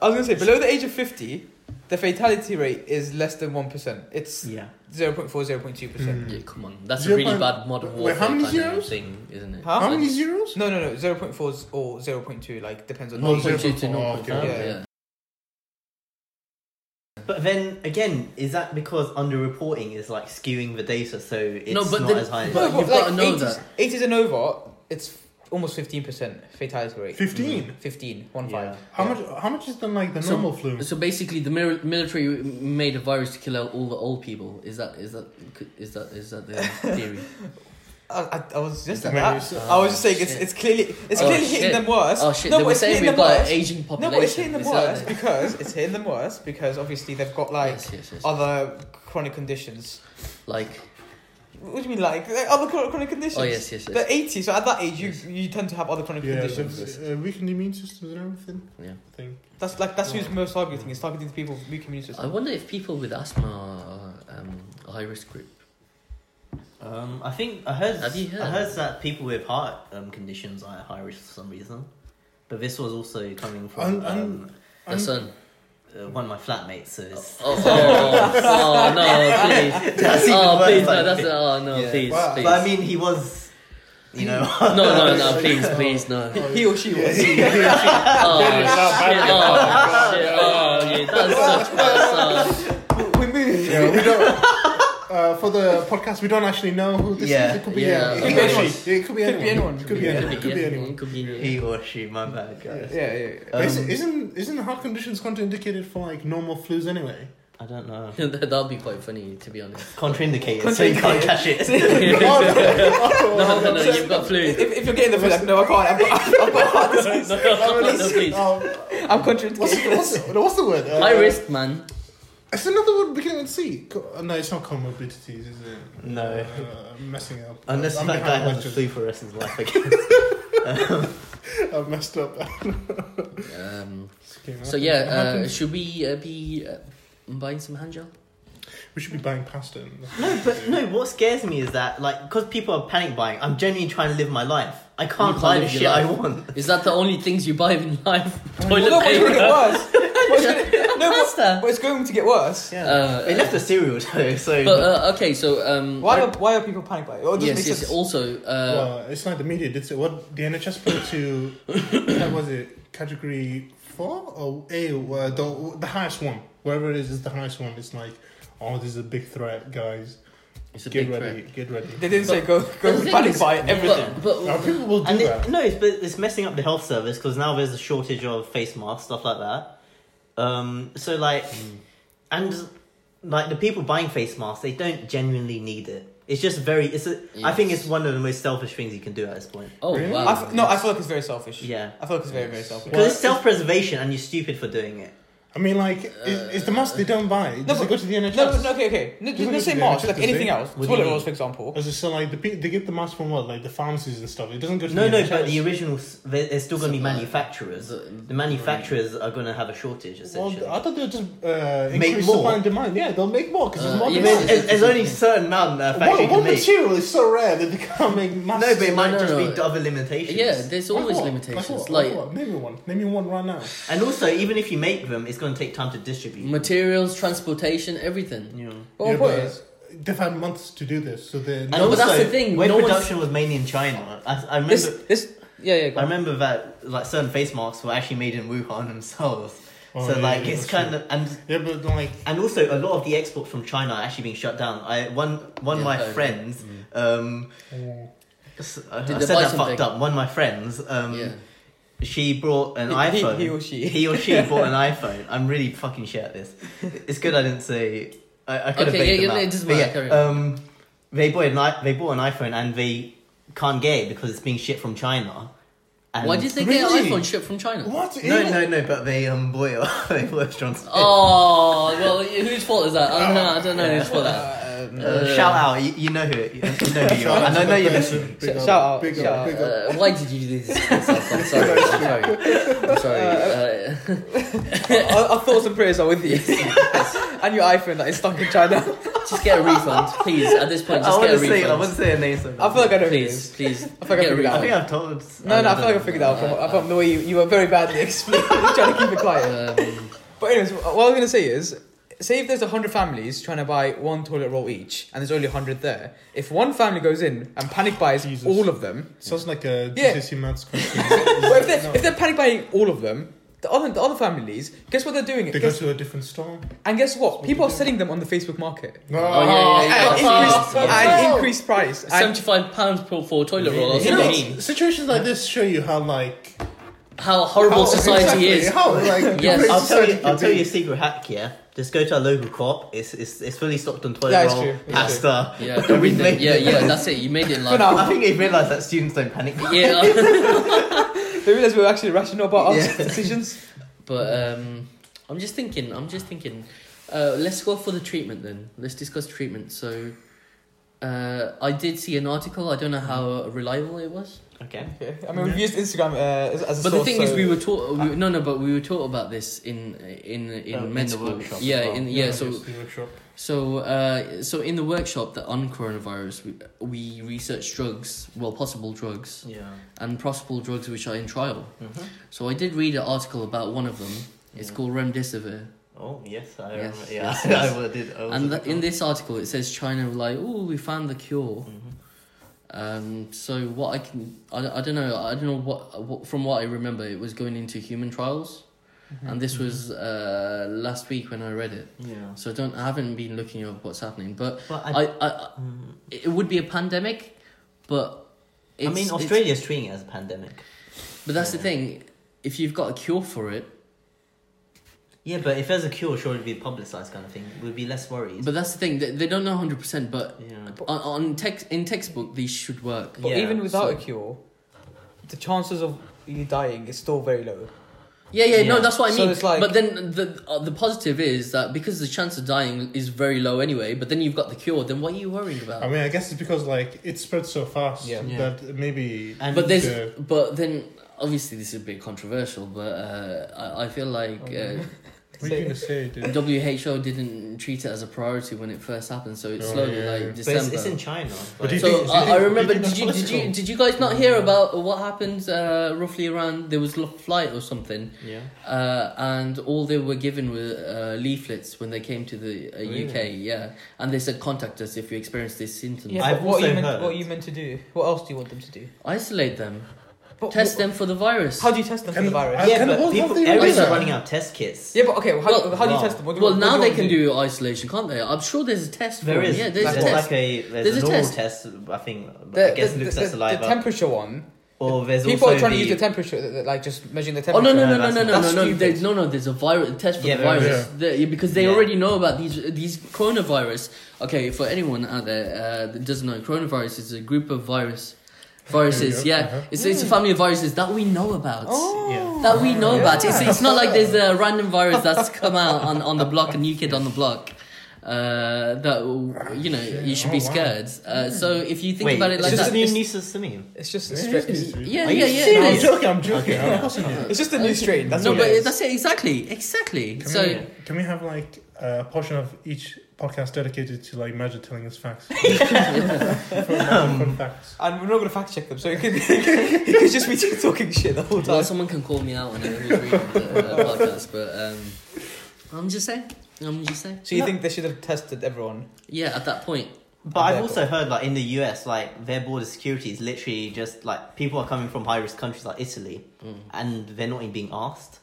Speaker 3: I was gonna say below the age of fifty, the fatality rate is less than one percent. It's
Speaker 1: Yeah.
Speaker 3: 0.4, 0.2 percent.
Speaker 4: Hmm.
Speaker 2: Yeah, come on. That's a
Speaker 4: Zero
Speaker 2: really
Speaker 4: point-
Speaker 2: bad modern warfare
Speaker 4: Wait, how many
Speaker 2: kind of
Speaker 4: zeros?
Speaker 2: thing, isn't it?
Speaker 3: Huh?
Speaker 4: How many zeros?
Speaker 3: No, no, no, zero point four or zero point two, like depends on.
Speaker 4: No,
Speaker 3: the age.
Speaker 2: 0.2 to
Speaker 4: 0.4,
Speaker 2: 0.5,
Speaker 4: okay.
Speaker 2: yeah.
Speaker 3: Yeah.
Speaker 1: But then again, is that because underreporting is like skewing the data so it's
Speaker 2: No, but
Speaker 1: not
Speaker 2: the-
Speaker 1: as high?
Speaker 2: but-
Speaker 1: as
Speaker 2: you've gotta know
Speaker 3: 80s,
Speaker 2: that.
Speaker 3: 80s and over, it's almost fifteen percent fatality rate.
Speaker 4: 15?
Speaker 3: 15, one
Speaker 1: Yeah.
Speaker 3: five.
Speaker 4: How
Speaker 3: Yeah.
Speaker 4: much? How much is then like the
Speaker 2: So-
Speaker 4: normal flu?
Speaker 2: So basically, the mir- military made a virus to kill out all the old people. Is that is that is that is that the theory?
Speaker 3: I, I, I was just
Speaker 4: It's uh,
Speaker 3: at that.
Speaker 4: very-
Speaker 3: I was just saying it's,
Speaker 2: shit.
Speaker 3: it's clearly it's
Speaker 2: Oh,
Speaker 3: clearly
Speaker 2: shit.
Speaker 3: hitting them worse.
Speaker 2: Oh shit!
Speaker 3: No,
Speaker 2: they
Speaker 3: but
Speaker 2: were
Speaker 3: it's
Speaker 2: saying
Speaker 3: hitting
Speaker 2: we've
Speaker 3: them
Speaker 2: got an
Speaker 3: worse.
Speaker 2: aging population.
Speaker 3: No, but it's hitting them
Speaker 2: Is that
Speaker 3: worse
Speaker 2: the-
Speaker 3: because it's hitting them worse because obviously they've got like oh,
Speaker 2: yes, yes, yes.
Speaker 3: other chronic conditions.
Speaker 2: Like
Speaker 3: What do you mean like There are other chro- chronic conditions?
Speaker 2: oh yes, yes,
Speaker 3: They're
Speaker 2: yes.
Speaker 3: 80, so at that age you
Speaker 2: Yes.
Speaker 3: you tend to have other chronic
Speaker 4: yeah, so,
Speaker 3: conditions.
Speaker 4: uh, weakened immune systems and everything.
Speaker 2: Yeah.
Speaker 4: I think.
Speaker 3: That's like that's who's most targeting. It's targeting the people with weak immune
Speaker 2: I
Speaker 3: systems.
Speaker 2: wonder if people with asthma are um, a high risk group.
Speaker 1: Um, I think I heard,
Speaker 2: Have you heard?
Speaker 1: I heard that people with heart um, conditions are at high risk for some reason. But this was also coming from
Speaker 4: Un- un-
Speaker 1: um,
Speaker 2: The sun.
Speaker 1: uh, one of my flatmates, so it's,
Speaker 2: Oh, oh, oh, oh, no, please.
Speaker 1: That's even
Speaker 2: oh,
Speaker 1: worse,
Speaker 2: please,
Speaker 1: I
Speaker 2: no, that's
Speaker 1: think.
Speaker 2: oh no,
Speaker 1: Yeah.
Speaker 2: please,
Speaker 4: Wow.
Speaker 2: please.
Speaker 1: But I mean, he was, you know.
Speaker 2: no, no, no, please, please, no.
Speaker 4: Oh,
Speaker 3: He or she was.
Speaker 2: Oh,
Speaker 4: Yeah, it's not
Speaker 2: shit,
Speaker 4: bad.
Speaker 2: oh, shit, oh, yeah, that's such that's, uh,
Speaker 3: we moved.
Speaker 4: yeah, we don't. Uh, for the podcast, we don't actually know who this
Speaker 1: Yeah.
Speaker 4: is. It could be
Speaker 2: Yeah.
Speaker 4: anyone.
Speaker 2: Could
Speaker 3: be
Speaker 4: Actually,
Speaker 3: anyone.
Speaker 4: It could be
Speaker 3: Could be
Speaker 4: anyone.
Speaker 3: anyone.
Speaker 4: Could be anyone.
Speaker 2: Could be anyone. Um, Could be anyone.
Speaker 1: He or she, my bad, guys.
Speaker 3: Yeah, yeah, yeah.
Speaker 1: Um,
Speaker 4: Is- isn't isn't heart conditions contraindicated for like normal flus anyway?
Speaker 1: I don't know.
Speaker 2: That would be quite funny, to be honest.
Speaker 1: Contraindicated, so you can't
Speaker 3: Contraindicated.
Speaker 1: catch it.
Speaker 4: Oh,
Speaker 2: No, no, no, you've got flu.
Speaker 3: If, if you're getting the food, like, no, I can't. I've got, I've got heart disease.
Speaker 2: No, no, no, please.
Speaker 4: Um,
Speaker 3: I'm contraindicated.
Speaker 4: what's, what's, what's the word? Uh,
Speaker 2: High risk, man.
Speaker 4: It's another word beginning with C. Co- uh, no, it's not comorbidities, is it?
Speaker 1: No.
Speaker 4: Uh, I'm messing up.
Speaker 1: Unless
Speaker 4: I'm
Speaker 1: that
Speaker 4: behind
Speaker 1: guy
Speaker 4: a
Speaker 1: has
Speaker 4: bunch
Speaker 1: a
Speaker 4: of-
Speaker 1: flu for the rest of his life again.
Speaker 4: I've messed up.
Speaker 2: Um,
Speaker 4: Okay,
Speaker 2: so
Speaker 4: okay.
Speaker 2: yeah,
Speaker 4: What
Speaker 2: uh,
Speaker 4: happens?
Speaker 2: should we uh, be uh, buying some hand gel?
Speaker 4: we should be buying pasta. and-
Speaker 1: No, but no. What scares me is that, like, because people are panic buying, I'm genuinely trying to live my life. I can't
Speaker 2: can't
Speaker 1: buy the
Speaker 2: live your
Speaker 1: shit I
Speaker 2: life.
Speaker 1: want.
Speaker 2: Is that the only things you buy in life?
Speaker 3: Well,
Speaker 2: Toilet
Speaker 3: no, what's going to
Speaker 2: paper.
Speaker 3: get worse? What's gonna, no, what,
Speaker 2: Pasta.
Speaker 3: what's going to get worse?
Speaker 1: Yeah,
Speaker 2: Uh,
Speaker 1: they left the cereal though, so
Speaker 2: But uh, okay, so um,
Speaker 3: Mm. Why are why are people panic buying? Or
Speaker 2: yes, yes. Also, uh,
Speaker 4: well, it's not the media did it. What the NHS put it to? what was it category four or A? Uh, the the highest one, wherever it is, is the highest one. It's like, oh, this is a big threat, guys.
Speaker 2: it's a
Speaker 4: get
Speaker 2: big
Speaker 4: ready,
Speaker 2: threat.
Speaker 4: get ready.
Speaker 3: They didn't say go
Speaker 2: But the
Speaker 3: go
Speaker 2: thing
Speaker 3: panic
Speaker 2: is-
Speaker 3: buy everything.
Speaker 2: But, but
Speaker 4: Now, people will do
Speaker 1: and
Speaker 4: that.
Speaker 1: it, no, it's, but it's messing up the health service because now there's a shortage of face masks, stuff like that. Um, so like, and like the people buying face masks, they don't genuinely need it. It's just very. It's a. I think
Speaker 2: Yes.
Speaker 1: it's one of the most selfish things you can do at this point.
Speaker 2: oh
Speaker 4: Really?
Speaker 2: wow,
Speaker 3: I f- no, I feel like it's very selfish.
Speaker 1: Yeah,
Speaker 3: I feel like it's very very selfish.
Speaker 1: because it's self-preservation, and you're stupid for doing it.
Speaker 4: I I mean, like,
Speaker 2: Uh,
Speaker 4: it's, it's the mask they don't buy. Does
Speaker 3: but-
Speaker 4: it go to the NHS?
Speaker 3: No, no, okay, okay. N-
Speaker 4: Doesn't
Speaker 3: just
Speaker 4: go
Speaker 3: just say
Speaker 4: to the
Speaker 3: masks,
Speaker 4: NHS,
Speaker 3: like
Speaker 4: does
Speaker 3: anything
Speaker 4: it?
Speaker 3: else.
Speaker 1: What do
Speaker 3: Toilet
Speaker 1: you
Speaker 3: rolls, for example.
Speaker 4: As I said, like the pe- they get the mask from what, like the pharmacies and stuff. It doesn't go to
Speaker 1: No,
Speaker 4: the
Speaker 1: no,
Speaker 4: NHS.
Speaker 1: but the original, s- there- there's still going to be
Speaker 2: Supply.
Speaker 1: manufacturers. The manufacturers are going to have a shortage,
Speaker 4: Well,
Speaker 1: essentially.
Speaker 4: I thought they would just uh,
Speaker 1: Make
Speaker 4: increase
Speaker 1: more.
Speaker 4: supply and demand. Yeah, they'll make more because
Speaker 2: Uh,
Speaker 4: there's more
Speaker 2: yeah,
Speaker 4: demand.
Speaker 2: but-
Speaker 1: there's, there's only a certain amount that a factory
Speaker 4: What,
Speaker 1: can
Speaker 4: what
Speaker 1: make.
Speaker 4: material is so rare that they can't make
Speaker 1: No,
Speaker 4: masks?
Speaker 1: but it might
Speaker 2: No, no,
Speaker 1: just
Speaker 2: no.
Speaker 1: be other limitations.
Speaker 2: Yeah, there's
Speaker 4: Like
Speaker 2: always
Speaker 4: what?
Speaker 2: limitations.
Speaker 4: Like, what?
Speaker 2: Like,
Speaker 4: what? name me one. Name me one right now.
Speaker 1: And also, even if you make them, it's going to take time to distribute.
Speaker 2: materials, transportation, everything.
Speaker 1: you know.
Speaker 3: Well,
Speaker 4: Yeah,
Speaker 3: what
Speaker 4: but
Speaker 3: is-
Speaker 4: they've had months to do this, so they're
Speaker 2: And- No, but that's the thing,
Speaker 1: When
Speaker 2: no one's-
Speaker 1: production was mainly in China, I, I remember.
Speaker 3: This, this, yeah, yeah. Go
Speaker 1: I
Speaker 3: on.
Speaker 1: remember that like certain face masks were actually made in Wuhan themselves.
Speaker 4: Oh,
Speaker 1: so
Speaker 4: yeah,
Speaker 1: like
Speaker 4: yeah,
Speaker 1: it's
Speaker 4: that's
Speaker 1: kind of and
Speaker 4: yeah, but like
Speaker 1: and also a lot of the exports from China are actually being shut down. I one one of
Speaker 2: Yeah,
Speaker 1: my
Speaker 2: totally.
Speaker 1: friends um s- I, I
Speaker 2: Mm.
Speaker 1: said
Speaker 2: Did they buy
Speaker 1: that
Speaker 2: something?
Speaker 1: fucked up. One of my friends um
Speaker 2: Yeah.
Speaker 1: she brought an
Speaker 3: He- he-
Speaker 1: iPhone.
Speaker 3: he or she.
Speaker 1: He or she bought an iPhone. I'm really fucking shit at this. It's good I didn't say. I, I could have
Speaker 2: Okay,
Speaker 1: baked
Speaker 2: yeah,
Speaker 1: them out.
Speaker 2: yeah, it doesn't
Speaker 1: But
Speaker 2: matter,
Speaker 1: yeah,
Speaker 2: carry on.
Speaker 1: um, they bought an i- they bought an iPhone and they can't get it because it's being shipped from China. And
Speaker 2: Why did they get
Speaker 4: Really?
Speaker 2: an iPhone shipped from China?
Speaker 4: what?
Speaker 1: No,
Speaker 4: Even-
Speaker 1: no, no. But they um bought it. they bought it from.
Speaker 2: Oh well, whose fault is that? I don't know. I don't know whose fault that.
Speaker 3: Um,
Speaker 1: Uh, shout out! You, you know who it, you know who you are,
Speaker 4: Shout out
Speaker 1: and
Speaker 4: to
Speaker 1: I know
Speaker 4: the
Speaker 1: you're
Speaker 4: person.
Speaker 1: listening.
Speaker 4: Big
Speaker 3: Shout
Speaker 4: up,
Speaker 3: out,
Speaker 4: big up,
Speaker 3: shout
Speaker 4: big up.
Speaker 2: Uh, why did you do this? to yourself? I'm sorry. I'm sorry. I'm sorry. Uh,
Speaker 3: our, um, our thoughts and prayers are with you, and your iPhone that is stuck in China.
Speaker 2: Uh, just get a refund, please. At this point,
Speaker 1: I
Speaker 2: just
Speaker 1: want
Speaker 2: get a
Speaker 1: to say, I
Speaker 2: refund.
Speaker 1: want to say a name. Something.
Speaker 3: I feel like I know who it
Speaker 2: please,
Speaker 3: is.
Speaker 2: please.
Speaker 3: forgot
Speaker 2: get a
Speaker 3: to do that.
Speaker 1: I
Speaker 2: refund.
Speaker 1: think I've told.
Speaker 3: No, no, I feel like I figured it out from, from the way you, you were very badly explaining, trying to keep it quiet.
Speaker 2: Um,
Speaker 3: But anyways, what I was gonna say is, say if there's hundred families trying to buy one toilet roll each, and there's only hundred there. If one family goes in and panic buys
Speaker 4: Jesus.
Speaker 3: all of them,
Speaker 4: Sounds like a
Speaker 3: Yeah.
Speaker 4: GCSE maths question.
Speaker 3: but if they're, if they're panic buying all of them, the other the other families, guess what they're doing?
Speaker 4: They go
Speaker 3: Guess-
Speaker 4: to a different store.
Speaker 3: and guess what?
Speaker 4: what
Speaker 3: People are
Speaker 4: they do.
Speaker 3: selling them on the Facebook market
Speaker 2: Oh,
Speaker 4: No,
Speaker 2: yeah, yeah, yeah.
Speaker 3: at an
Speaker 2: Oh,
Speaker 3: increased, at an increased price. And
Speaker 2: Seventy-five pounds for, for a toilet roll. That's
Speaker 4: You
Speaker 2: what I
Speaker 4: know,
Speaker 2: mean.
Speaker 4: situations like this show you how like
Speaker 2: How horrible
Speaker 4: how-
Speaker 2: society
Speaker 4: exactly,
Speaker 2: is.
Speaker 4: How like
Speaker 2: Yes.
Speaker 4: great
Speaker 1: I'll tell
Speaker 4: society
Speaker 1: you.
Speaker 4: can
Speaker 1: I'll tell
Speaker 4: be.
Speaker 1: you a secret hack. Yeah, just go to our local co-op. It's it's, it's fully stocked on toilet
Speaker 3: Yeah, it's
Speaker 1: roll,
Speaker 3: true, it's
Speaker 1: pasta.
Speaker 2: Yeah,
Speaker 1: and we made
Speaker 2: everything. Yeah,
Speaker 1: it.
Speaker 2: yeah. That's it. You made it in
Speaker 3: For
Speaker 2: life.
Speaker 3: now,
Speaker 1: I think they've realised that students don't panic.
Speaker 2: Yeah,
Speaker 3: they realize we're actually rational about our
Speaker 1: Yeah.
Speaker 3: decisions.
Speaker 2: but um, I'm just thinking. I'm just thinking. Uh, let's go for the treatment then. Let's discuss treatment. So, uh, I did see an article. I don't know how reliable it was.
Speaker 1: Okay.
Speaker 3: Okay. I mean, we've used Instagram uh, as, as a
Speaker 2: But the
Speaker 3: source,
Speaker 2: thing
Speaker 3: so
Speaker 2: is, we were taught. We, no, no, but we were taught about this in in in
Speaker 1: Oh, in
Speaker 2: med
Speaker 1: the
Speaker 2: school.
Speaker 1: workshop as
Speaker 2: yeah,
Speaker 1: well.
Speaker 2: in yeah. so
Speaker 4: yes, the workshop.
Speaker 2: So, uh, so in the workshop that on coronavirus, we, we researched drugs, well, possible drugs,
Speaker 1: Yeah.
Speaker 2: and possible drugs which are in trial. So I did read an article about one of them. It's
Speaker 1: Mm-hmm. Yeah.
Speaker 2: called remdesivir,
Speaker 1: Oh yes, I
Speaker 2: Yes,
Speaker 1: remember. Yeah,
Speaker 2: yes, yes.
Speaker 1: I did. I was
Speaker 2: and
Speaker 1: at
Speaker 2: th-
Speaker 1: the
Speaker 2: in
Speaker 1: top.
Speaker 2: this article it says China were like, oh, we found the cure.
Speaker 1: Mhm.
Speaker 2: Um, so what I can, I, I don't know, I don't know what, what from what I remember, it was going into human trials, and
Speaker 1: Mm-hmm.
Speaker 2: this was uh, last week when I read it.
Speaker 1: Yeah.
Speaker 2: So I don't, I haven't been looking up what's happening, but
Speaker 1: But I,
Speaker 2: I, I
Speaker 1: mm,
Speaker 2: it would be a pandemic, but
Speaker 1: I
Speaker 2: it's-
Speaker 1: mean,
Speaker 2: it's-
Speaker 1: Australia's treating it as a pandemic.
Speaker 2: But that's the
Speaker 1: yeah.
Speaker 2: thing. If you've got a cure for it,
Speaker 1: Yeah, but if there's a cure, sure it'd be publicised kind of thing. We'd be less worried.
Speaker 2: but that's the thing. They, they don't know hundred percent. But
Speaker 1: yeah.
Speaker 2: on, on text in textbook, these should work.
Speaker 3: But
Speaker 1: Yeah,
Speaker 3: even without
Speaker 2: so-
Speaker 3: a cure, the chances of you dying is still very low.
Speaker 2: Yeah, yeah, no,
Speaker 1: Yeah.
Speaker 2: that's what I
Speaker 3: So
Speaker 2: mean.
Speaker 3: it's like-
Speaker 2: but then the uh, the positive is that because the chance of dying is very low anyway. But then you've got the cure. Then what are you worrying about?
Speaker 4: I mean, I guess it's because like it spread so fast
Speaker 3: Yeah.
Speaker 1: Yeah.
Speaker 4: that maybe.
Speaker 1: And
Speaker 2: but there's
Speaker 4: Yeah.
Speaker 2: but then obviously this is a bit controversial. But uh, I, I feel like.
Speaker 4: Oh,
Speaker 2: Uh,
Speaker 4: What are you gonna say, dude?
Speaker 2: WHO didn't treat it as a priority when it first happened, so it's
Speaker 4: Oh,
Speaker 2: slowly
Speaker 4: yeah, yeah.
Speaker 2: like
Speaker 4: But
Speaker 1: But
Speaker 2: December.
Speaker 1: it's, it's in China. like-
Speaker 4: But do you
Speaker 2: So
Speaker 4: think-
Speaker 2: I, I
Speaker 4: do you
Speaker 2: remember.
Speaker 4: think
Speaker 2: Did you
Speaker 4: that's
Speaker 2: did you
Speaker 4: possible?
Speaker 2: did you guys not hear about what happened uh, roughly around there was a flight or something,
Speaker 1: yeah.
Speaker 2: uh, and all they were given were uh, leaflets when they came to the uh,
Speaker 1: Really?
Speaker 2: UK. Yeah, and they said contact us if you experience these symptoms.
Speaker 1: Yeah. I've
Speaker 3: but what, are you
Speaker 1: also
Speaker 3: meant,
Speaker 1: heard-
Speaker 3: what are you meant to do? What else do you want them to do?
Speaker 2: Isolate them,
Speaker 3: But
Speaker 2: test
Speaker 3: what-
Speaker 2: them for the virus.
Speaker 3: How do you test them for
Speaker 4: Can-
Speaker 3: the virus?
Speaker 4: I-
Speaker 1: Yeah,
Speaker 4: can-
Speaker 1: but
Speaker 4: what-
Speaker 1: people,
Speaker 4: what do you
Speaker 1: everyone's
Speaker 2: mean?
Speaker 1: running out of test kits.
Speaker 3: yeah, but okay. Well, how,
Speaker 2: Well-
Speaker 3: how do you
Speaker 1: well-
Speaker 3: test them? What do-
Speaker 2: well,
Speaker 3: what do
Speaker 2: now
Speaker 3: you
Speaker 2: they
Speaker 3: want
Speaker 2: can
Speaker 3: to
Speaker 2: do isolation, can't they? I'm sure there's a test.
Speaker 1: There
Speaker 2: for it.
Speaker 1: is.
Speaker 2: Yeah, there's
Speaker 1: like,
Speaker 2: a test.
Speaker 1: like a there's,
Speaker 2: There's
Speaker 1: a
Speaker 2: a
Speaker 1: normal
Speaker 2: test.
Speaker 1: test. I think.
Speaker 3: The,
Speaker 1: I guess
Speaker 3: the,
Speaker 1: looks
Speaker 3: the,
Speaker 1: at saliva.
Speaker 3: the temperature one.
Speaker 1: or there's
Speaker 3: People
Speaker 1: also
Speaker 3: are trying to
Speaker 1: the,
Speaker 3: use the temperature, th- th- like just measuring the
Speaker 2: Oh
Speaker 3: temperature.
Speaker 2: no no
Speaker 1: Yeah,
Speaker 2: no no
Speaker 1: that's-
Speaker 2: no no
Speaker 3: that's
Speaker 2: no!
Speaker 3: stupid.
Speaker 2: There's, no no, there's a virus test for
Speaker 1: Yeah,
Speaker 2: the
Speaker 1: there is.
Speaker 2: virus The- because they
Speaker 1: Yeah.
Speaker 2: already know about these these coronavirus. Okay, for anyone out there uh, that doesn't know, coronavirus is a group of virus viruses.
Speaker 4: Yeah,
Speaker 2: Yeah,
Speaker 4: uh-huh.
Speaker 2: it's it's a family of viruses that we know about.
Speaker 3: Oh.
Speaker 1: Yeah.
Speaker 2: that we know about. It's, it's not like there's a random virus that's come out on, on the block, a new kid on the block. Uh, that you know you should be
Speaker 4: Oh, wow.
Speaker 2: scared. Uh, so if you think
Speaker 1: Wait,
Speaker 2: about it
Speaker 1: it's
Speaker 2: like
Speaker 1: just
Speaker 2: that,
Speaker 1: a new nieces to me.
Speaker 3: It's just a
Speaker 4: Yeah,
Speaker 3: straight.
Speaker 4: it's
Speaker 3: It's,
Speaker 4: new
Speaker 2: yeah,
Speaker 1: Are you
Speaker 2: yeah, yeah.
Speaker 1: serious?
Speaker 2: it
Speaker 4: I'm
Speaker 2: is.
Speaker 4: joking. I'm joking. Of course it is.
Speaker 3: it's just a new strain. That's
Speaker 2: no,
Speaker 3: all
Speaker 2: but
Speaker 3: it is.
Speaker 2: that's it exactly, exactly.
Speaker 4: Can,
Speaker 2: so
Speaker 4: we, can we have like a portion of each podcast dedicated to like Major telling us facts? For- for facts.
Speaker 3: And we're not gonna fact check them, so it could, it could just be talking shit the whole
Speaker 2: well,
Speaker 3: time.
Speaker 2: someone can call me out on it who's reading the uh, podcast, but um, I'm just saying, I'm just saying.
Speaker 3: So you think they should have tested everyone?
Speaker 2: Yeah, at that point,
Speaker 1: But I've
Speaker 3: Yeah.
Speaker 1: also heard like in the US, like their border security is literally just like people are coming from high risk countries like Italy, and they're not even being asked.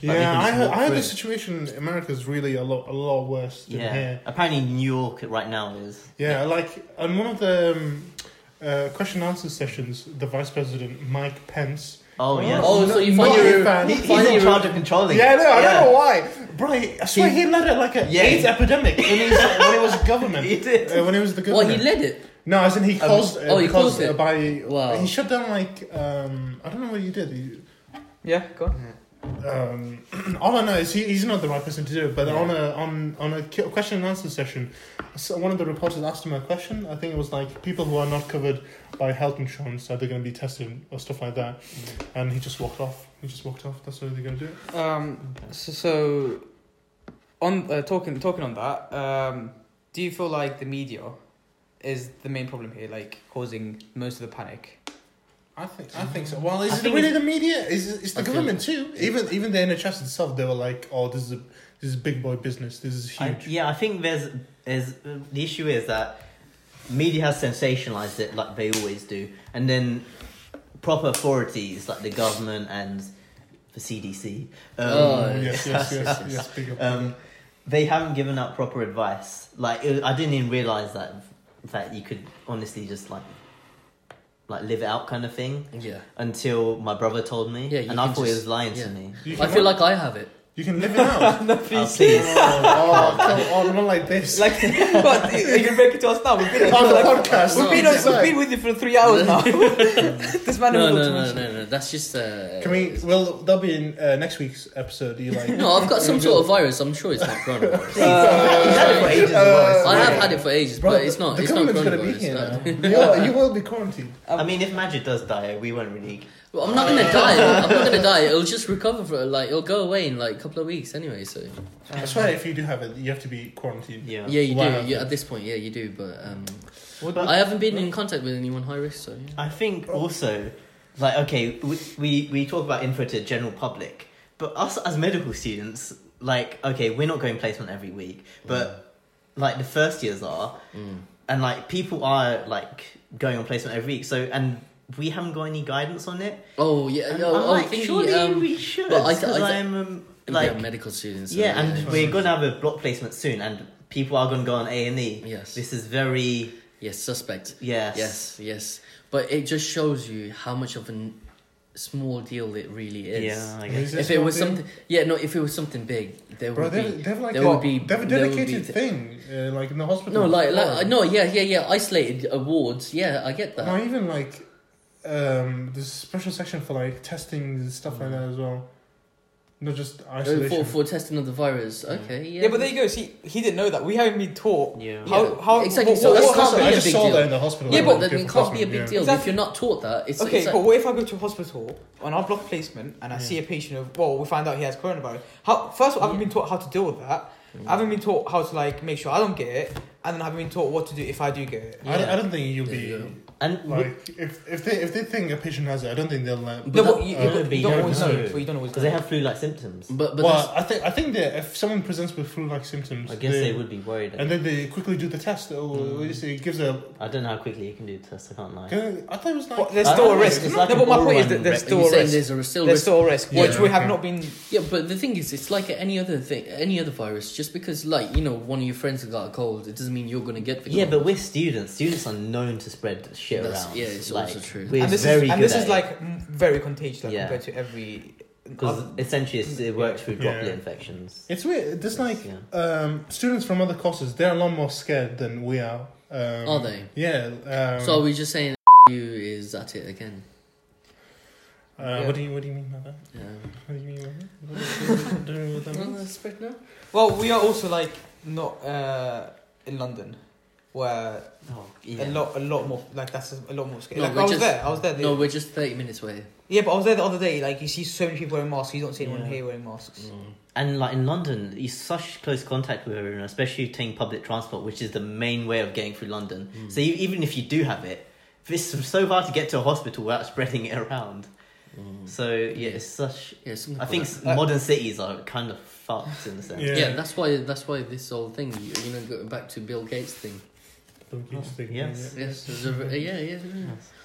Speaker 1: they
Speaker 4: Yeah,
Speaker 1: can
Speaker 4: I
Speaker 1: just
Speaker 4: heard,
Speaker 1: walk
Speaker 4: I heard
Speaker 1: through.
Speaker 4: the situation in America is really a lot a lot worse than
Speaker 1: Yeah.
Speaker 4: here.
Speaker 1: Apparently, New York right now is.
Speaker 4: Yeah, like on one of the um, uh, question and answer sessions, the Vice President Mike Pence.
Speaker 1: Oh yeah.
Speaker 2: Oh, so you find
Speaker 4: not
Speaker 2: your-
Speaker 4: a fan.
Speaker 1: He- he's in
Speaker 2: Finally-
Speaker 1: charge of controlling.
Speaker 4: Yeah,
Speaker 1: it.
Speaker 4: no, I don't know why. Bro, I swear he, led it like a
Speaker 1: Yeah.
Speaker 4: AIDS epidemic when he was, when he was government.
Speaker 1: He did.
Speaker 4: Uh, when he was the
Speaker 2: well,
Speaker 4: government.
Speaker 2: he led it.
Speaker 4: No, as in he
Speaker 3: Um,
Speaker 4: caused.
Speaker 2: oh, he caused
Speaker 4: uh,
Speaker 2: it.
Speaker 4: By
Speaker 2: Wow.
Speaker 4: he shut down like um, I don't know what he did. He,
Speaker 3: Yeah, go on.
Speaker 4: um, all I know is he, he's not the right person to do it. But
Speaker 1: Yeah.
Speaker 4: on a on on a ki- question and answer session, so one of the reporters asked him a question. I think it was like people who are not covered by health insurance are they going to be tested or stuff like that? And he just walked off. He just walked off. That's what they're going to do.
Speaker 3: Um, so, so on uh, talking talking on that, um, do you feel like the media is the main problem here, like causing most of the panic?
Speaker 4: I think I think so. Well, is
Speaker 1: I
Speaker 4: it
Speaker 1: think
Speaker 4: really the media? Is it- it's the
Speaker 2: I think-
Speaker 4: government too? Even even the NHS itself, they were like, "Oh, this is a, this is big boy business. This is
Speaker 1: I,
Speaker 4: huge."
Speaker 1: yeah, I think there's there's the issue is that media has sensationalized it like they always do, and then proper authorities like the government and the CDC. Um,
Speaker 2: Oh,
Speaker 4: yes, yes, yes, yes, big up.
Speaker 1: um, they haven't given out proper advice. Like it, I didn't even realize that that you could honestly just like like live it out kind of thing
Speaker 2: Yeah,
Speaker 1: until my brother told me,
Speaker 2: Yeah, you
Speaker 1: and I
Speaker 2: can
Speaker 1: thought he
Speaker 2: just-
Speaker 1: was lying
Speaker 2: yeah.
Speaker 1: to me.
Speaker 4: You
Speaker 2: I
Speaker 4: can
Speaker 2: feel
Speaker 4: what?
Speaker 2: like I have it.
Speaker 4: you can live it out.
Speaker 3: no,
Speaker 1: Oh,
Speaker 3: please.
Speaker 1: please.
Speaker 4: oh, oh, oh, not like this.
Speaker 3: Like, but you you can break it to us now. We've been,
Speaker 4: on the
Speaker 3: like,
Speaker 4: podcast.
Speaker 3: we've, been, on, we've been with you for three hours now. this man
Speaker 2: No,
Speaker 3: knows
Speaker 2: no,
Speaker 3: what
Speaker 2: no,
Speaker 3: to
Speaker 2: no,
Speaker 3: mention.
Speaker 2: no. That's just. Uh,
Speaker 4: Can we? Well, that'll be in uh, next week's episode. You like?
Speaker 2: No, I've got some sort of virus. I'm sure it's not coronavirus.
Speaker 1: He's had it for ages as well, so-
Speaker 2: I have had it for ages,
Speaker 4: Bro,
Speaker 2: but it's not.
Speaker 4: The
Speaker 2: It's not
Speaker 4: government's
Speaker 2: coronavirus.
Speaker 4: gonna be here.
Speaker 2: no.
Speaker 4: Now. You're- you will be quarantined.
Speaker 1: I mean, if Magic does die, we won't really.
Speaker 2: Well, I'm not gonna die. I'm not gonna die. It'll just recover for like it'll go away in like a couple of weeks anyway. So
Speaker 4: I swear, if you do have it, you have to be quarantined.
Speaker 1: Yeah.
Speaker 2: yeah, you
Speaker 4: Wow.
Speaker 2: do. You, at this point, yeah, you do. But um,
Speaker 1: What-
Speaker 2: I haven't been in contact with anyone high risk, so
Speaker 4: Uh,
Speaker 2: yeah.
Speaker 1: I think also, like, okay, we, we, we talk about info to general public, but us as medical students, like, okay, we're not going placement every week,
Speaker 2: Mm.
Speaker 1: but like the first years are, and like people are like going on placement every week, so and we haven't got any guidance on it.
Speaker 2: Oh yeah,
Speaker 1: And
Speaker 2: no,
Speaker 1: I'm
Speaker 2: oh,
Speaker 1: like,
Speaker 2: thinking,
Speaker 1: surely
Speaker 2: um,
Speaker 1: we should,
Speaker 2: but I-
Speaker 1: because
Speaker 2: I-
Speaker 1: I'm um, like,
Speaker 2: yeah, medical students. so,
Speaker 1: yeah, and
Speaker 4: yeah.
Speaker 1: we're gonna have a block placement soon, and people are gonna go on A and E.
Speaker 2: Yes.
Speaker 1: this is very
Speaker 2: yes, suspect.
Speaker 1: yes,
Speaker 2: Yes, yes, but it just shows you how much of a n- small deal it really is.
Speaker 1: yeah, I
Speaker 4: I
Speaker 1: guess.
Speaker 4: mean, is this
Speaker 2: If it was
Speaker 4: something-
Speaker 2: something, yeah, no. If it was something big, there
Speaker 4: Bro,
Speaker 2: would
Speaker 4: they've,
Speaker 2: be.
Speaker 4: they've like
Speaker 2: there
Speaker 4: a,
Speaker 2: would be-
Speaker 4: they've a
Speaker 2: there would be
Speaker 4: dedicated
Speaker 2: th-
Speaker 4: thing, uh, like in the hospital.
Speaker 2: No, like,
Speaker 4: Oh.
Speaker 2: like no, yeah, yeah, yeah. Isolated awards. Yeah, I get that.
Speaker 4: No, even like um, there's a special section for like testing and stuff like that as well. Not just
Speaker 2: Mm. Oh,
Speaker 4: isolation.
Speaker 2: for, for testing of the virus. Okay, yeah.
Speaker 3: Yeah, but there you go. See, he didn't know that. We haven't been taught.
Speaker 1: Yeah.
Speaker 3: How,
Speaker 2: Yeah,
Speaker 3: how
Speaker 2: exactly,
Speaker 3: What,
Speaker 2: so
Speaker 3: what,
Speaker 2: that's
Speaker 3: what
Speaker 2: not
Speaker 3: happened?
Speaker 2: be
Speaker 4: I
Speaker 2: a
Speaker 4: just
Speaker 2: big
Speaker 4: saw
Speaker 2: deal.
Speaker 4: that in the hospital.
Speaker 2: yeah,
Speaker 4: like,
Speaker 2: but
Speaker 4: when
Speaker 2: then it
Speaker 4: people
Speaker 2: can't
Speaker 4: pass
Speaker 2: be a
Speaker 4: them,
Speaker 2: big
Speaker 4: yeah.
Speaker 2: deal if
Speaker 3: Exactly.
Speaker 2: you're not taught that. It's
Speaker 3: Okay,
Speaker 2: it's like-
Speaker 3: but what if I go to a hospital on our block placement and I see a patient of well, we find out he has coronavirus. How first of all, I haven't been taught how to deal with that. I haven't been taught how to like make sure I don't get it, and then I haven't been taught what to do if I do get it.
Speaker 4: I, don't,
Speaker 2: Yeah.
Speaker 4: I don't think you'll be
Speaker 2: Yeah.
Speaker 1: and we-
Speaker 4: like if if they if they think a patient has it, I don't think they'll let.
Speaker 2: But
Speaker 3: no,
Speaker 2: that-
Speaker 3: but you,
Speaker 4: uh,
Speaker 3: you don't-
Speaker 1: but
Speaker 3: you
Speaker 1: you
Speaker 3: don't
Speaker 1: don't
Speaker 3: always
Speaker 1: know.
Speaker 3: know. But you don't always know.
Speaker 1: Because they have flu-like symptoms.
Speaker 2: but but
Speaker 4: well, I think I think that if someone presents with flu-like symptoms,
Speaker 1: I guess they, would be worried.
Speaker 4: and then they quickly do the test, or
Speaker 1: Mm.
Speaker 4: just- it gives a.
Speaker 1: I don't know how quickly you can do the test. I can't lie.
Speaker 4: I thought it was like.
Speaker 3: But there's
Speaker 1: I
Speaker 3: still a
Speaker 1: don't know,
Speaker 3: risk.
Speaker 1: it's
Speaker 3: no,
Speaker 1: like a
Speaker 3: but my point is
Speaker 1: ball
Speaker 3: that
Speaker 1: and
Speaker 3: there's
Speaker 2: are
Speaker 3: still
Speaker 2: you
Speaker 3: a
Speaker 2: saying
Speaker 3: risk.
Speaker 2: there's a still
Speaker 3: There's
Speaker 2: risk?
Speaker 3: still a risk,
Speaker 4: Yeah,
Speaker 3: which we have
Speaker 4: okay.
Speaker 3: not been.
Speaker 2: Yeah, but the thing is, it's like any other thing, any other virus. Just because, like you know, one of your friends has got a cold, it doesn't mean you're gonna get the cold.
Speaker 1: yeah, but we're students. Students are known to spread shit
Speaker 2: That's-
Speaker 1: around.
Speaker 2: yeah, it's
Speaker 1: like,
Speaker 2: also true.
Speaker 1: We're
Speaker 3: and this
Speaker 1: very
Speaker 3: is, and
Speaker 1: good
Speaker 3: this is like mm, very contagious like,
Speaker 1: Yeah.
Speaker 3: compared to every.
Speaker 1: because essentially it's, it works through
Speaker 4: Yeah.
Speaker 1: droplet infections.
Speaker 4: It's weird. There's like
Speaker 1: Yeah.
Speaker 4: um, students from other courses. They're a lot more scared than we are. Um,
Speaker 2: Are they?
Speaker 4: Yeah. Um,
Speaker 2: so are we just saying you is at it again?
Speaker 4: Uh,
Speaker 3: Yeah.
Speaker 4: What do you What do you mean by that?
Speaker 2: Um,
Speaker 4: What do you mean by that? What do you mean by that?
Speaker 2: well, that's spread now.
Speaker 3: Well, we are also like not uh, in London, where
Speaker 1: Oh, yeah.
Speaker 3: a lot, a lot more like that's a lot more scary.
Speaker 2: No,
Speaker 3: like
Speaker 2: we're
Speaker 3: I was
Speaker 2: just-
Speaker 3: there, I was there. The,
Speaker 2: No, we're just thirty minutes away.
Speaker 3: yeah, but I was there the other day. Like you see so many people wearing masks, you don't see anyone
Speaker 4: Yeah.
Speaker 3: here wearing masks.
Speaker 1: Mm. And like in London, you're such close contact with everyone, especially taking public transport, which is the main way of getting through London.
Speaker 2: Mm.
Speaker 1: So you, even if you do have it, it's so hard to get to a hospital without spreading it around. So yeah, it's such.
Speaker 2: Mm. Yeah, something
Speaker 1: I
Speaker 2: like
Speaker 1: think
Speaker 2: that.
Speaker 1: s- modern cities are kind of fucked in a sense.
Speaker 4: Yeah.
Speaker 2: Yeah. that's why. That's why this whole thing. You, you know, going back to Bill Gates thing.
Speaker 4: Bill Gates thing,
Speaker 1: yes.
Speaker 4: yeah.
Speaker 2: Yes, there's a, yeah, yeah,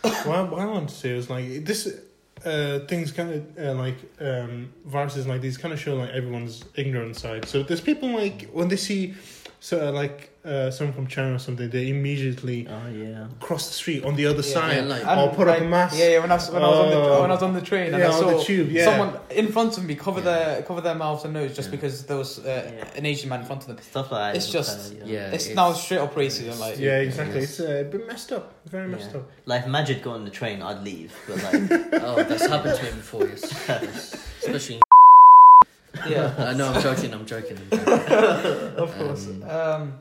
Speaker 2: yeah.
Speaker 4: What, what I want to say is like this. Uh, things kind of uh, like um, viruses like these kind of show like everyone's ignorant side. So there's people like when they see, so uh, like uh, someone from China or something, they immediately
Speaker 1: Oh yeah.
Speaker 4: cross the street on the other
Speaker 3: Yeah.
Speaker 4: side
Speaker 2: Yeah, like-
Speaker 3: And,
Speaker 4: or put
Speaker 3: like,
Speaker 4: up a mask.
Speaker 3: Yeah, yeah. When I was when I was on the
Speaker 4: Oh.
Speaker 3: when I was on the train, and
Speaker 4: Yeah,
Speaker 3: I
Speaker 4: on
Speaker 3: saw
Speaker 4: the tube, yeah.
Speaker 3: someone in front of me cover
Speaker 2: Yeah.
Speaker 3: their cover their mouths and nose just
Speaker 2: Yeah.
Speaker 3: because there was uh,
Speaker 1: Yeah.
Speaker 3: an Asian man in front of them.
Speaker 1: Stuff like that.
Speaker 3: It's
Speaker 1: is
Speaker 3: just-
Speaker 1: kinda,
Speaker 2: Yeah.
Speaker 3: It's,
Speaker 2: it's-
Speaker 3: now straight up racism. Like
Speaker 4: Yeah, exactly.
Speaker 2: Yes.
Speaker 4: It's uh, a bit messed up. Very
Speaker 1: Yeah.
Speaker 4: messed up.
Speaker 1: Like if Majid got on the train, I'd leave. But like,
Speaker 2: Oh, that's happened to me before. Yes, yes. especially. In
Speaker 3: yeah.
Speaker 2: uh, no, I'm joking. I'm joking. I'm joking.
Speaker 3: of course.
Speaker 2: Um,
Speaker 3: Um,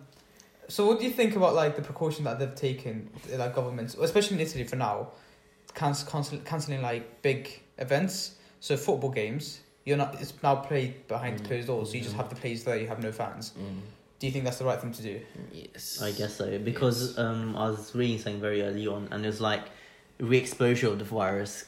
Speaker 3: so, what do you think about like the precaution that they've taken, uh, like governments, especially in Italy for now, canc- cancel- canceling like big events? So football games, you're not. It's now played behind
Speaker 2: Mm.
Speaker 3: closed doors. So you just
Speaker 2: Mm.
Speaker 3: have the players there. You have no fans.
Speaker 2: Mm,
Speaker 3: Do you think that's the right thing to do?
Speaker 2: yes,
Speaker 1: I guess so because um, I was reading something very early on, and it was like re-exposure of the virus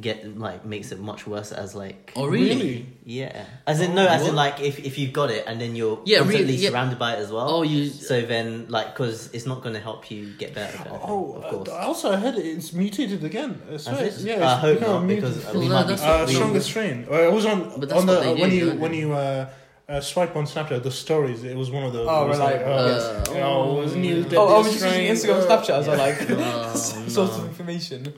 Speaker 1: get like makes it much worse as like
Speaker 2: Oh really?
Speaker 4: Really?
Speaker 1: yeah as in no
Speaker 2: Oh,
Speaker 1: as in
Speaker 2: what?
Speaker 1: like if if you've got it and then you're
Speaker 2: Yeah,
Speaker 1: constantly
Speaker 2: really, yeah.
Speaker 1: surrounded by it as well
Speaker 2: Oh, you.
Speaker 1: so then like because it's not going to help you get better at it,
Speaker 4: Oh,
Speaker 1: of course
Speaker 4: uh, also I heard it's mutated again. I swear.
Speaker 1: That's it?
Speaker 4: Yeah,
Speaker 1: I
Speaker 4: it's-
Speaker 1: hope
Speaker 4: no,
Speaker 1: not
Speaker 4: mutated.
Speaker 1: because
Speaker 2: Well,
Speaker 1: we
Speaker 2: no,
Speaker 1: might be
Speaker 2: that's
Speaker 4: uh,
Speaker 2: we-
Speaker 4: strongest strain. Uh, it was
Speaker 2: But
Speaker 4: on
Speaker 2: that's
Speaker 4: on the
Speaker 2: what they
Speaker 4: uh, when
Speaker 2: do,
Speaker 4: you
Speaker 2: don't
Speaker 4: when
Speaker 2: they?
Speaker 4: you uh, uh, swipe on Snapchat the stories. It was one of those.
Speaker 3: Oh,
Speaker 4: It was
Speaker 3: right,
Speaker 2: Uh,
Speaker 4: like,
Speaker 3: right.
Speaker 4: oh, you know,
Speaker 2: Oh,
Speaker 4: it was new.
Speaker 2: yeah.
Speaker 4: deadly
Speaker 3: Oh, I was just
Speaker 4: strain,
Speaker 3: using Instagram,
Speaker 4: uh,
Speaker 3: Snapchat as well,
Speaker 4: yeah.
Speaker 3: like
Speaker 2: Oh,
Speaker 3: source of
Speaker 2: no.
Speaker 3: information.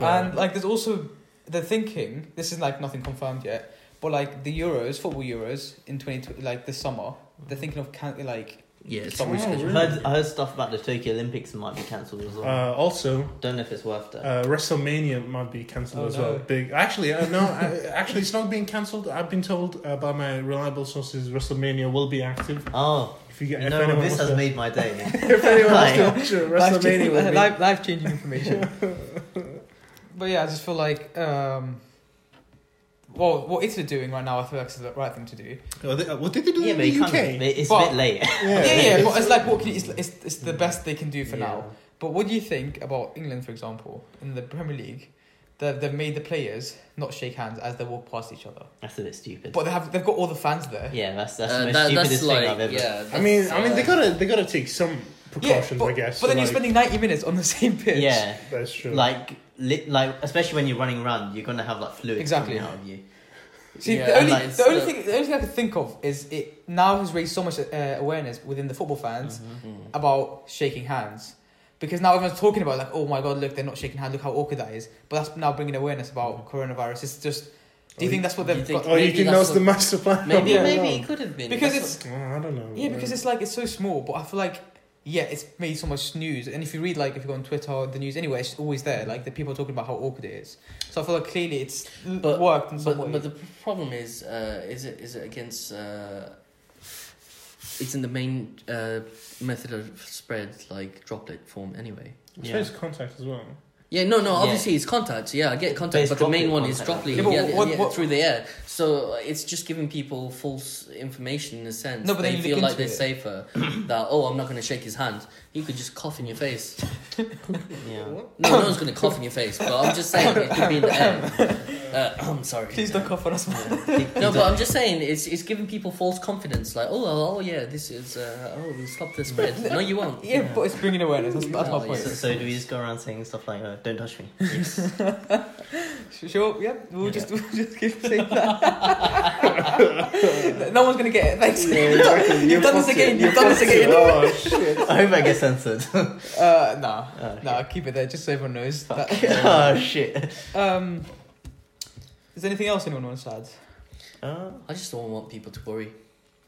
Speaker 2: Yeah.
Speaker 3: And like, there's also the thinking. This is like nothing confirmed yet, but like the Euros, football Euros in twenty like this summer,
Speaker 2: Mm.
Speaker 3: they're thinking of can- like
Speaker 2: Yeah, it's
Speaker 4: Oh,
Speaker 2: rescheduled.
Speaker 1: I
Speaker 4: really?
Speaker 1: heard, I heard stuff about the Tokyo Olympics might be cancelled as well
Speaker 4: Uh, also,
Speaker 1: don't know if it's worth that
Speaker 4: uh, WrestleMania might be cancelled
Speaker 3: Oh,
Speaker 4: as
Speaker 3: no.
Speaker 4: well. Big, actually, uh, no, I, actually, it's not being cancelled. I've been told uh, by my reliable sources WrestleMania will be active.
Speaker 1: oh
Speaker 4: If you get, if
Speaker 1: no
Speaker 4: anyone
Speaker 1: this
Speaker 4: wants
Speaker 1: has
Speaker 4: to-
Speaker 1: made my day
Speaker 4: if anyone wants to watch it, WrestleMania
Speaker 3: life-changing,
Speaker 4: will be.
Speaker 3: life, life-changing information. but yeah, I just feel like, um, well, what Italy doing right now, I feel like it's the right thing to do.
Speaker 4: Oh, they- uh, What did they do
Speaker 1: yeah
Speaker 4: in
Speaker 1: but you
Speaker 4: the UK?
Speaker 1: can't it's a
Speaker 3: But-
Speaker 1: bit late
Speaker 3: Yeah, yeah,
Speaker 1: it's-
Speaker 3: but it's like what can, it's, it's it's
Speaker 4: Mm.
Speaker 3: the best they can do for
Speaker 1: Yeah.
Speaker 3: now. But what do you think about England, for example, in the Premier League? They've, they've made the players not shake hands as they walk past each other,
Speaker 1: that's a bit stupid
Speaker 3: but they have they've got all the fans there.
Speaker 1: yeah that's that's
Speaker 2: Uh,
Speaker 1: the most
Speaker 2: that-
Speaker 1: stupidest
Speaker 2: that's
Speaker 1: thing
Speaker 2: like,
Speaker 1: I've ever
Speaker 2: yeah,
Speaker 4: I
Speaker 2: that's,
Speaker 4: mean, I mean,
Speaker 2: uh,
Speaker 4: they gotta they gotta take some precautions,
Speaker 3: but,
Speaker 4: I guess.
Speaker 3: But then you're
Speaker 4: like-
Speaker 3: spending ninety minutes on the same pitch.
Speaker 1: yeah
Speaker 4: That's true.
Speaker 1: like li- like especially when you're running around you're gonna have like fluid
Speaker 3: Exactly.
Speaker 1: coming out of you
Speaker 3: See,
Speaker 2: Yeah,
Speaker 3: the only,
Speaker 2: and like,
Speaker 3: the only
Speaker 2: so-
Speaker 3: thing the only thing I could think of is it now has raised so much uh, awareness within the football fans
Speaker 2: Mhm.
Speaker 3: about shaking hands because now everyone's talking about like, oh my god, look, they're not shaking hands. Look how awkward that is. But that's now bringing awareness about coronavirus. It's just, do you
Speaker 4: Oh,
Speaker 3: think that's what
Speaker 2: do
Speaker 3: they've
Speaker 2: Mm-hmm. you think-
Speaker 3: got?
Speaker 4: oh, you
Speaker 2: maybe
Speaker 4: can
Speaker 2: that's
Speaker 4: know the
Speaker 2: what-
Speaker 4: master plan.
Speaker 2: maybe
Speaker 3: Yeah.
Speaker 2: maybe it could have been
Speaker 3: Because
Speaker 2: That's
Speaker 3: it's
Speaker 4: Oh, I don't know.
Speaker 3: yeah, because it's like it's so small. But I feel like yeah, it's made so much news. And if you read like if you go on Twitter or the news anyway, it's always there. Like the people are talking about how awkward it is. So I feel like clearly it's l-
Speaker 2: But-
Speaker 3: worked in some
Speaker 2: But,
Speaker 3: way.
Speaker 2: but the problem is, uh, is it is it against? Uh, it's in the main uh, method of spread, like droplet form, anyway.
Speaker 4: It's
Speaker 1: Yeah.
Speaker 4: contact as well.
Speaker 2: Yeah, no, no.
Speaker 1: Yeah.
Speaker 2: Obviously, it's contact. Yeah, I get
Speaker 1: But
Speaker 2: contact,
Speaker 1: it's
Speaker 2: but, the main
Speaker 1: droplet
Speaker 2: one is
Speaker 1: contact,
Speaker 2: droplet.
Speaker 3: right? Yeah, but
Speaker 2: Yeah, yeah,
Speaker 3: what-
Speaker 2: yeah,
Speaker 3: what-
Speaker 2: through the air. So uh, it's just giving people false information in a sense.
Speaker 3: No, but
Speaker 2: they
Speaker 3: then you
Speaker 2: feel
Speaker 3: look
Speaker 2: like
Speaker 3: into
Speaker 2: they're safer. that oh, I'm not going to shake his hand. You could just cough in your face.
Speaker 1: yeah
Speaker 2: No, no one's going to cough in your face. But I'm just saying it could be in the air. Uh, I'm sorry.
Speaker 3: Please don't cough on us.
Speaker 2: No, but I'm just saying it's it's giving people false confidence. Like, oh, oh, oh yeah, this is uh, oh, we stop the spread. No, you won't.
Speaker 3: Yeah, but it's bringing awareness. That's, that's my
Speaker 2: Oh,
Speaker 3: point.
Speaker 1: so, so do we just go around saying stuff like uh, "Don't touch me"?
Speaker 3: Sh- Sure, yeah, we'll
Speaker 1: Yeah.
Speaker 3: just we'll just keep saying that. no one's gonna get it. Thanks. You've done this again. You've done this again.
Speaker 4: Oh shit!
Speaker 1: I hope I get censored.
Speaker 3: Uh, nah,
Speaker 1: Oh,
Speaker 3: nah, keep it there, just so everyone knows.
Speaker 1: Fuck.
Speaker 3: That,
Speaker 1: oh shit.
Speaker 3: um, is there anything else anyone wants to add?
Speaker 1: Uh,
Speaker 2: I just don't want people to worry.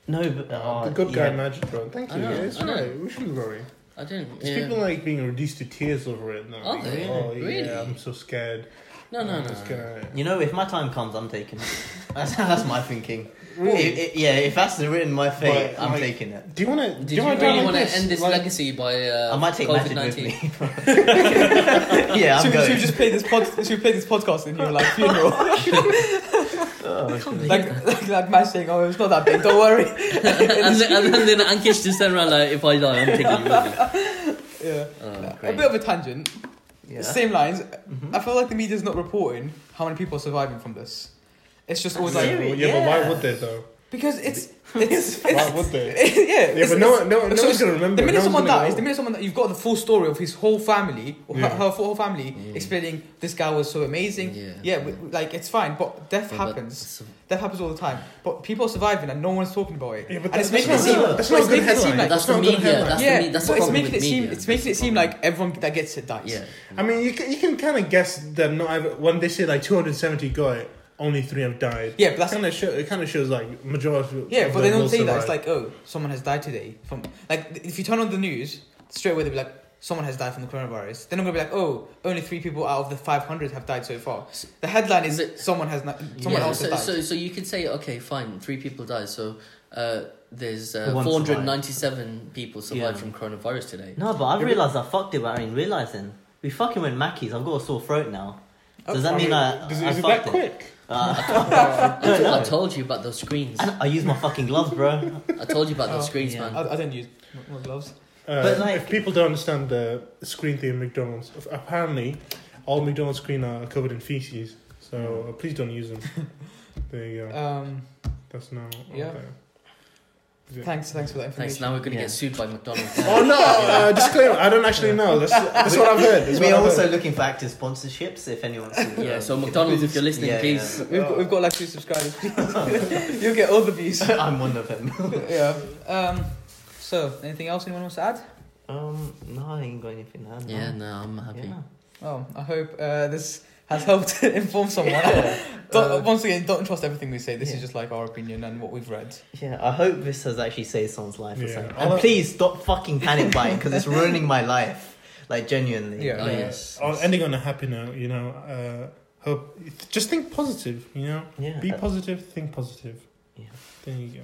Speaker 1: no, but uh,
Speaker 4: the good guy
Speaker 1: yeah.
Speaker 4: magic bro. Thank
Speaker 2: Oh, I
Speaker 4: you.
Speaker 2: know,
Speaker 4: yeah, it's
Speaker 2: I know.
Speaker 4: right. We shouldn't worry.
Speaker 2: I don't.
Speaker 4: It's
Speaker 2: yeah.
Speaker 4: people like being reduced to tears over it now.
Speaker 2: Are
Speaker 4: Like,
Speaker 2: they?
Speaker 4: Oh yeah,
Speaker 2: Really?
Speaker 4: I'm so scared.
Speaker 2: No, no,
Speaker 4: I'm
Speaker 2: no.
Speaker 4: just gonna-
Speaker 1: You know, if my time comes, I'm taking it. That's, that's my thinking.
Speaker 4: Really?
Speaker 1: If- if- yeah, if that's written in my fate,
Speaker 4: But,
Speaker 1: I'm
Speaker 4: like-
Speaker 1: taking it.
Speaker 4: Do you want to?
Speaker 2: Did
Speaker 4: Do
Speaker 2: you
Speaker 4: you want to
Speaker 2: really
Speaker 4: like
Speaker 2: want to
Speaker 4: this?
Speaker 2: end this
Speaker 4: Like-
Speaker 2: legacy by uh,
Speaker 1: I might take Magic with
Speaker 2: COVID nineteen?
Speaker 1: me. yeah, I'm
Speaker 3: should, should
Speaker 1: going.
Speaker 3: we just play this pod? Should we play this podcast in your like funeral?
Speaker 1: Oh,
Speaker 3: like, like, like Matt saying, "Oh, it's not that big. Don't worry."
Speaker 2: and, then, and then Ankish just turned around like, if I die, I'm taking you with
Speaker 3: Yeah,
Speaker 2: me. Oh,
Speaker 3: a
Speaker 2: great.
Speaker 3: bit of a tangent. Same lines.
Speaker 1: Mm-hmm.
Speaker 3: I feel like the media's not reporting how many people are surviving from this. It's just always like
Speaker 1: Really?
Speaker 4: yeah, but
Speaker 1: Yeah.
Speaker 4: why would they though?
Speaker 3: because it's it's, it's
Speaker 4: Why would they?
Speaker 3: yeah,
Speaker 4: Yeah,
Speaker 3: it's-
Speaker 4: but no, one- no, no
Speaker 3: so
Speaker 4: one's
Speaker 3: it's-
Speaker 4: gonna
Speaker 3: the
Speaker 4: remember.
Speaker 3: minute
Speaker 4: no one's
Speaker 3: someone
Speaker 4: gonna
Speaker 3: dies,
Speaker 4: know.
Speaker 3: the minute someone you've got the full story of his whole family or her-
Speaker 4: Yeah.
Speaker 3: her, whole family explaining this guy was so amazing.
Speaker 2: Yeah.
Speaker 3: Yeah, we- like it's fine, but death
Speaker 2: Yeah, but
Speaker 3: happens.
Speaker 2: it's-
Speaker 3: Death happens all the time. But people are surviving and no one's talking about it.
Speaker 4: Yeah,
Speaker 3: and
Speaker 4: but that-
Speaker 3: it's
Speaker 4: that's
Speaker 3: making it
Speaker 1: not-
Speaker 3: seem
Speaker 1: that's
Speaker 3: but it's
Speaker 4: not a good
Speaker 3: making it seem
Speaker 4: headline.
Speaker 3: like-
Speaker 2: That's
Speaker 4: That's
Speaker 2: the
Speaker 4: not a good
Speaker 2: media.
Speaker 4: headline.
Speaker 2: That's
Speaker 3: yeah,
Speaker 2: the, me- that's
Speaker 3: but
Speaker 2: the
Speaker 3: it's
Speaker 2: problem
Speaker 3: making
Speaker 2: with
Speaker 3: it seem
Speaker 2: media.
Speaker 3: it's making it
Speaker 2: That's the
Speaker 3: seem
Speaker 2: problem.
Speaker 3: like everyone that gets it dies.
Speaker 2: yeah.
Speaker 4: I mean, you can, you can kind of guess that not ever, when they say like 270 got it, only three have died.
Speaker 3: Yeah, but that's-
Speaker 4: kind of show, it kind of shows like majority. of
Speaker 3: Yeah, but
Speaker 4: them
Speaker 3: they don't
Speaker 4: will
Speaker 3: say that. It's like,
Speaker 4: survive.
Speaker 3: oh, someone has died today from like th- if you turn on the news straight away, they'll be like, someone has died from the coronavirus. They're not gonna be like, oh, only three people out of the five hundred have died so far. The headline is
Speaker 2: But-
Speaker 3: someone has not, someone
Speaker 2: yeah,
Speaker 3: else
Speaker 2: so,
Speaker 3: has died.
Speaker 2: so so you could say okay, fine, three people died. So uh, there's uh,
Speaker 1: One
Speaker 2: 497 people survived
Speaker 1: Yeah.
Speaker 2: from coronavirus today.
Speaker 1: No, but I've realised I fucked it without even realising. We fucking went Mackey's. I've got a sore throat now. Does that
Speaker 4: Oh, I
Speaker 1: mean
Speaker 4: mean,
Speaker 1: I,
Speaker 4: does it-
Speaker 1: I
Speaker 4: is it
Speaker 1: fucked
Speaker 4: that quick?
Speaker 1: Uh,
Speaker 2: I,
Speaker 1: No, no.
Speaker 2: I told you about those screens.
Speaker 1: I use my fucking gloves, bro.
Speaker 2: I told you about those
Speaker 3: Oh,
Speaker 2: screens,
Speaker 1: yeah.
Speaker 2: man.
Speaker 3: I, I don't use m- more gloves.
Speaker 4: Uh,
Speaker 1: But, like-
Speaker 4: if people don't understand the screen thing in McDonald's, if- apparently all McDonald's screen are covered in feces. So uh, please don't use them. there you go.
Speaker 3: Um,
Speaker 4: That's now. out
Speaker 3: yeah.
Speaker 4: there. Is it-
Speaker 3: thanks, thanks for that
Speaker 2: Thanks.
Speaker 3: information.
Speaker 2: Now we're gonna
Speaker 1: Yeah.
Speaker 2: get sued by McDonald's.
Speaker 4: Oh no! Uh, disclaimer: I don't actually know. That's, that's what I've heard. That's
Speaker 1: We're
Speaker 4: what I've heard.
Speaker 1: also looking for active sponsorships if anyone's.
Speaker 2: yeah. So McDonald's, if you're listening,
Speaker 1: Yeah,
Speaker 2: please.
Speaker 3: We've got, we've got like two subscribers. please. You'll get all the views.
Speaker 1: I'm one of them.
Speaker 3: yeah. Um. So, anything else anyone wants to add?
Speaker 1: Um, no, I ain't got anything to add.
Speaker 2: Yeah.
Speaker 1: man.
Speaker 2: No, I'm happy.
Speaker 1: Yeah.
Speaker 3: Oh, I hope uh, this has helped inform someone. Don't, once again, don't trust everything we say. This
Speaker 1: yeah.
Speaker 3: is just like our opinion and what we've read.
Speaker 1: Yeah, I hope this has actually saved someone's life or
Speaker 4: Yeah.
Speaker 1: something.
Speaker 4: Although-
Speaker 1: And please stop fucking panic buying because it's ruining my life. Like genuinely.
Speaker 3: Yeah.
Speaker 2: Oh
Speaker 4: Yeah.
Speaker 2: yes.
Speaker 4: Oh, ending on a happy note, you know. Uh, hope just think positive, you know.
Speaker 1: Yeah. Uh,
Speaker 4: Be positive, think positive.
Speaker 1: Yeah.
Speaker 4: There you go.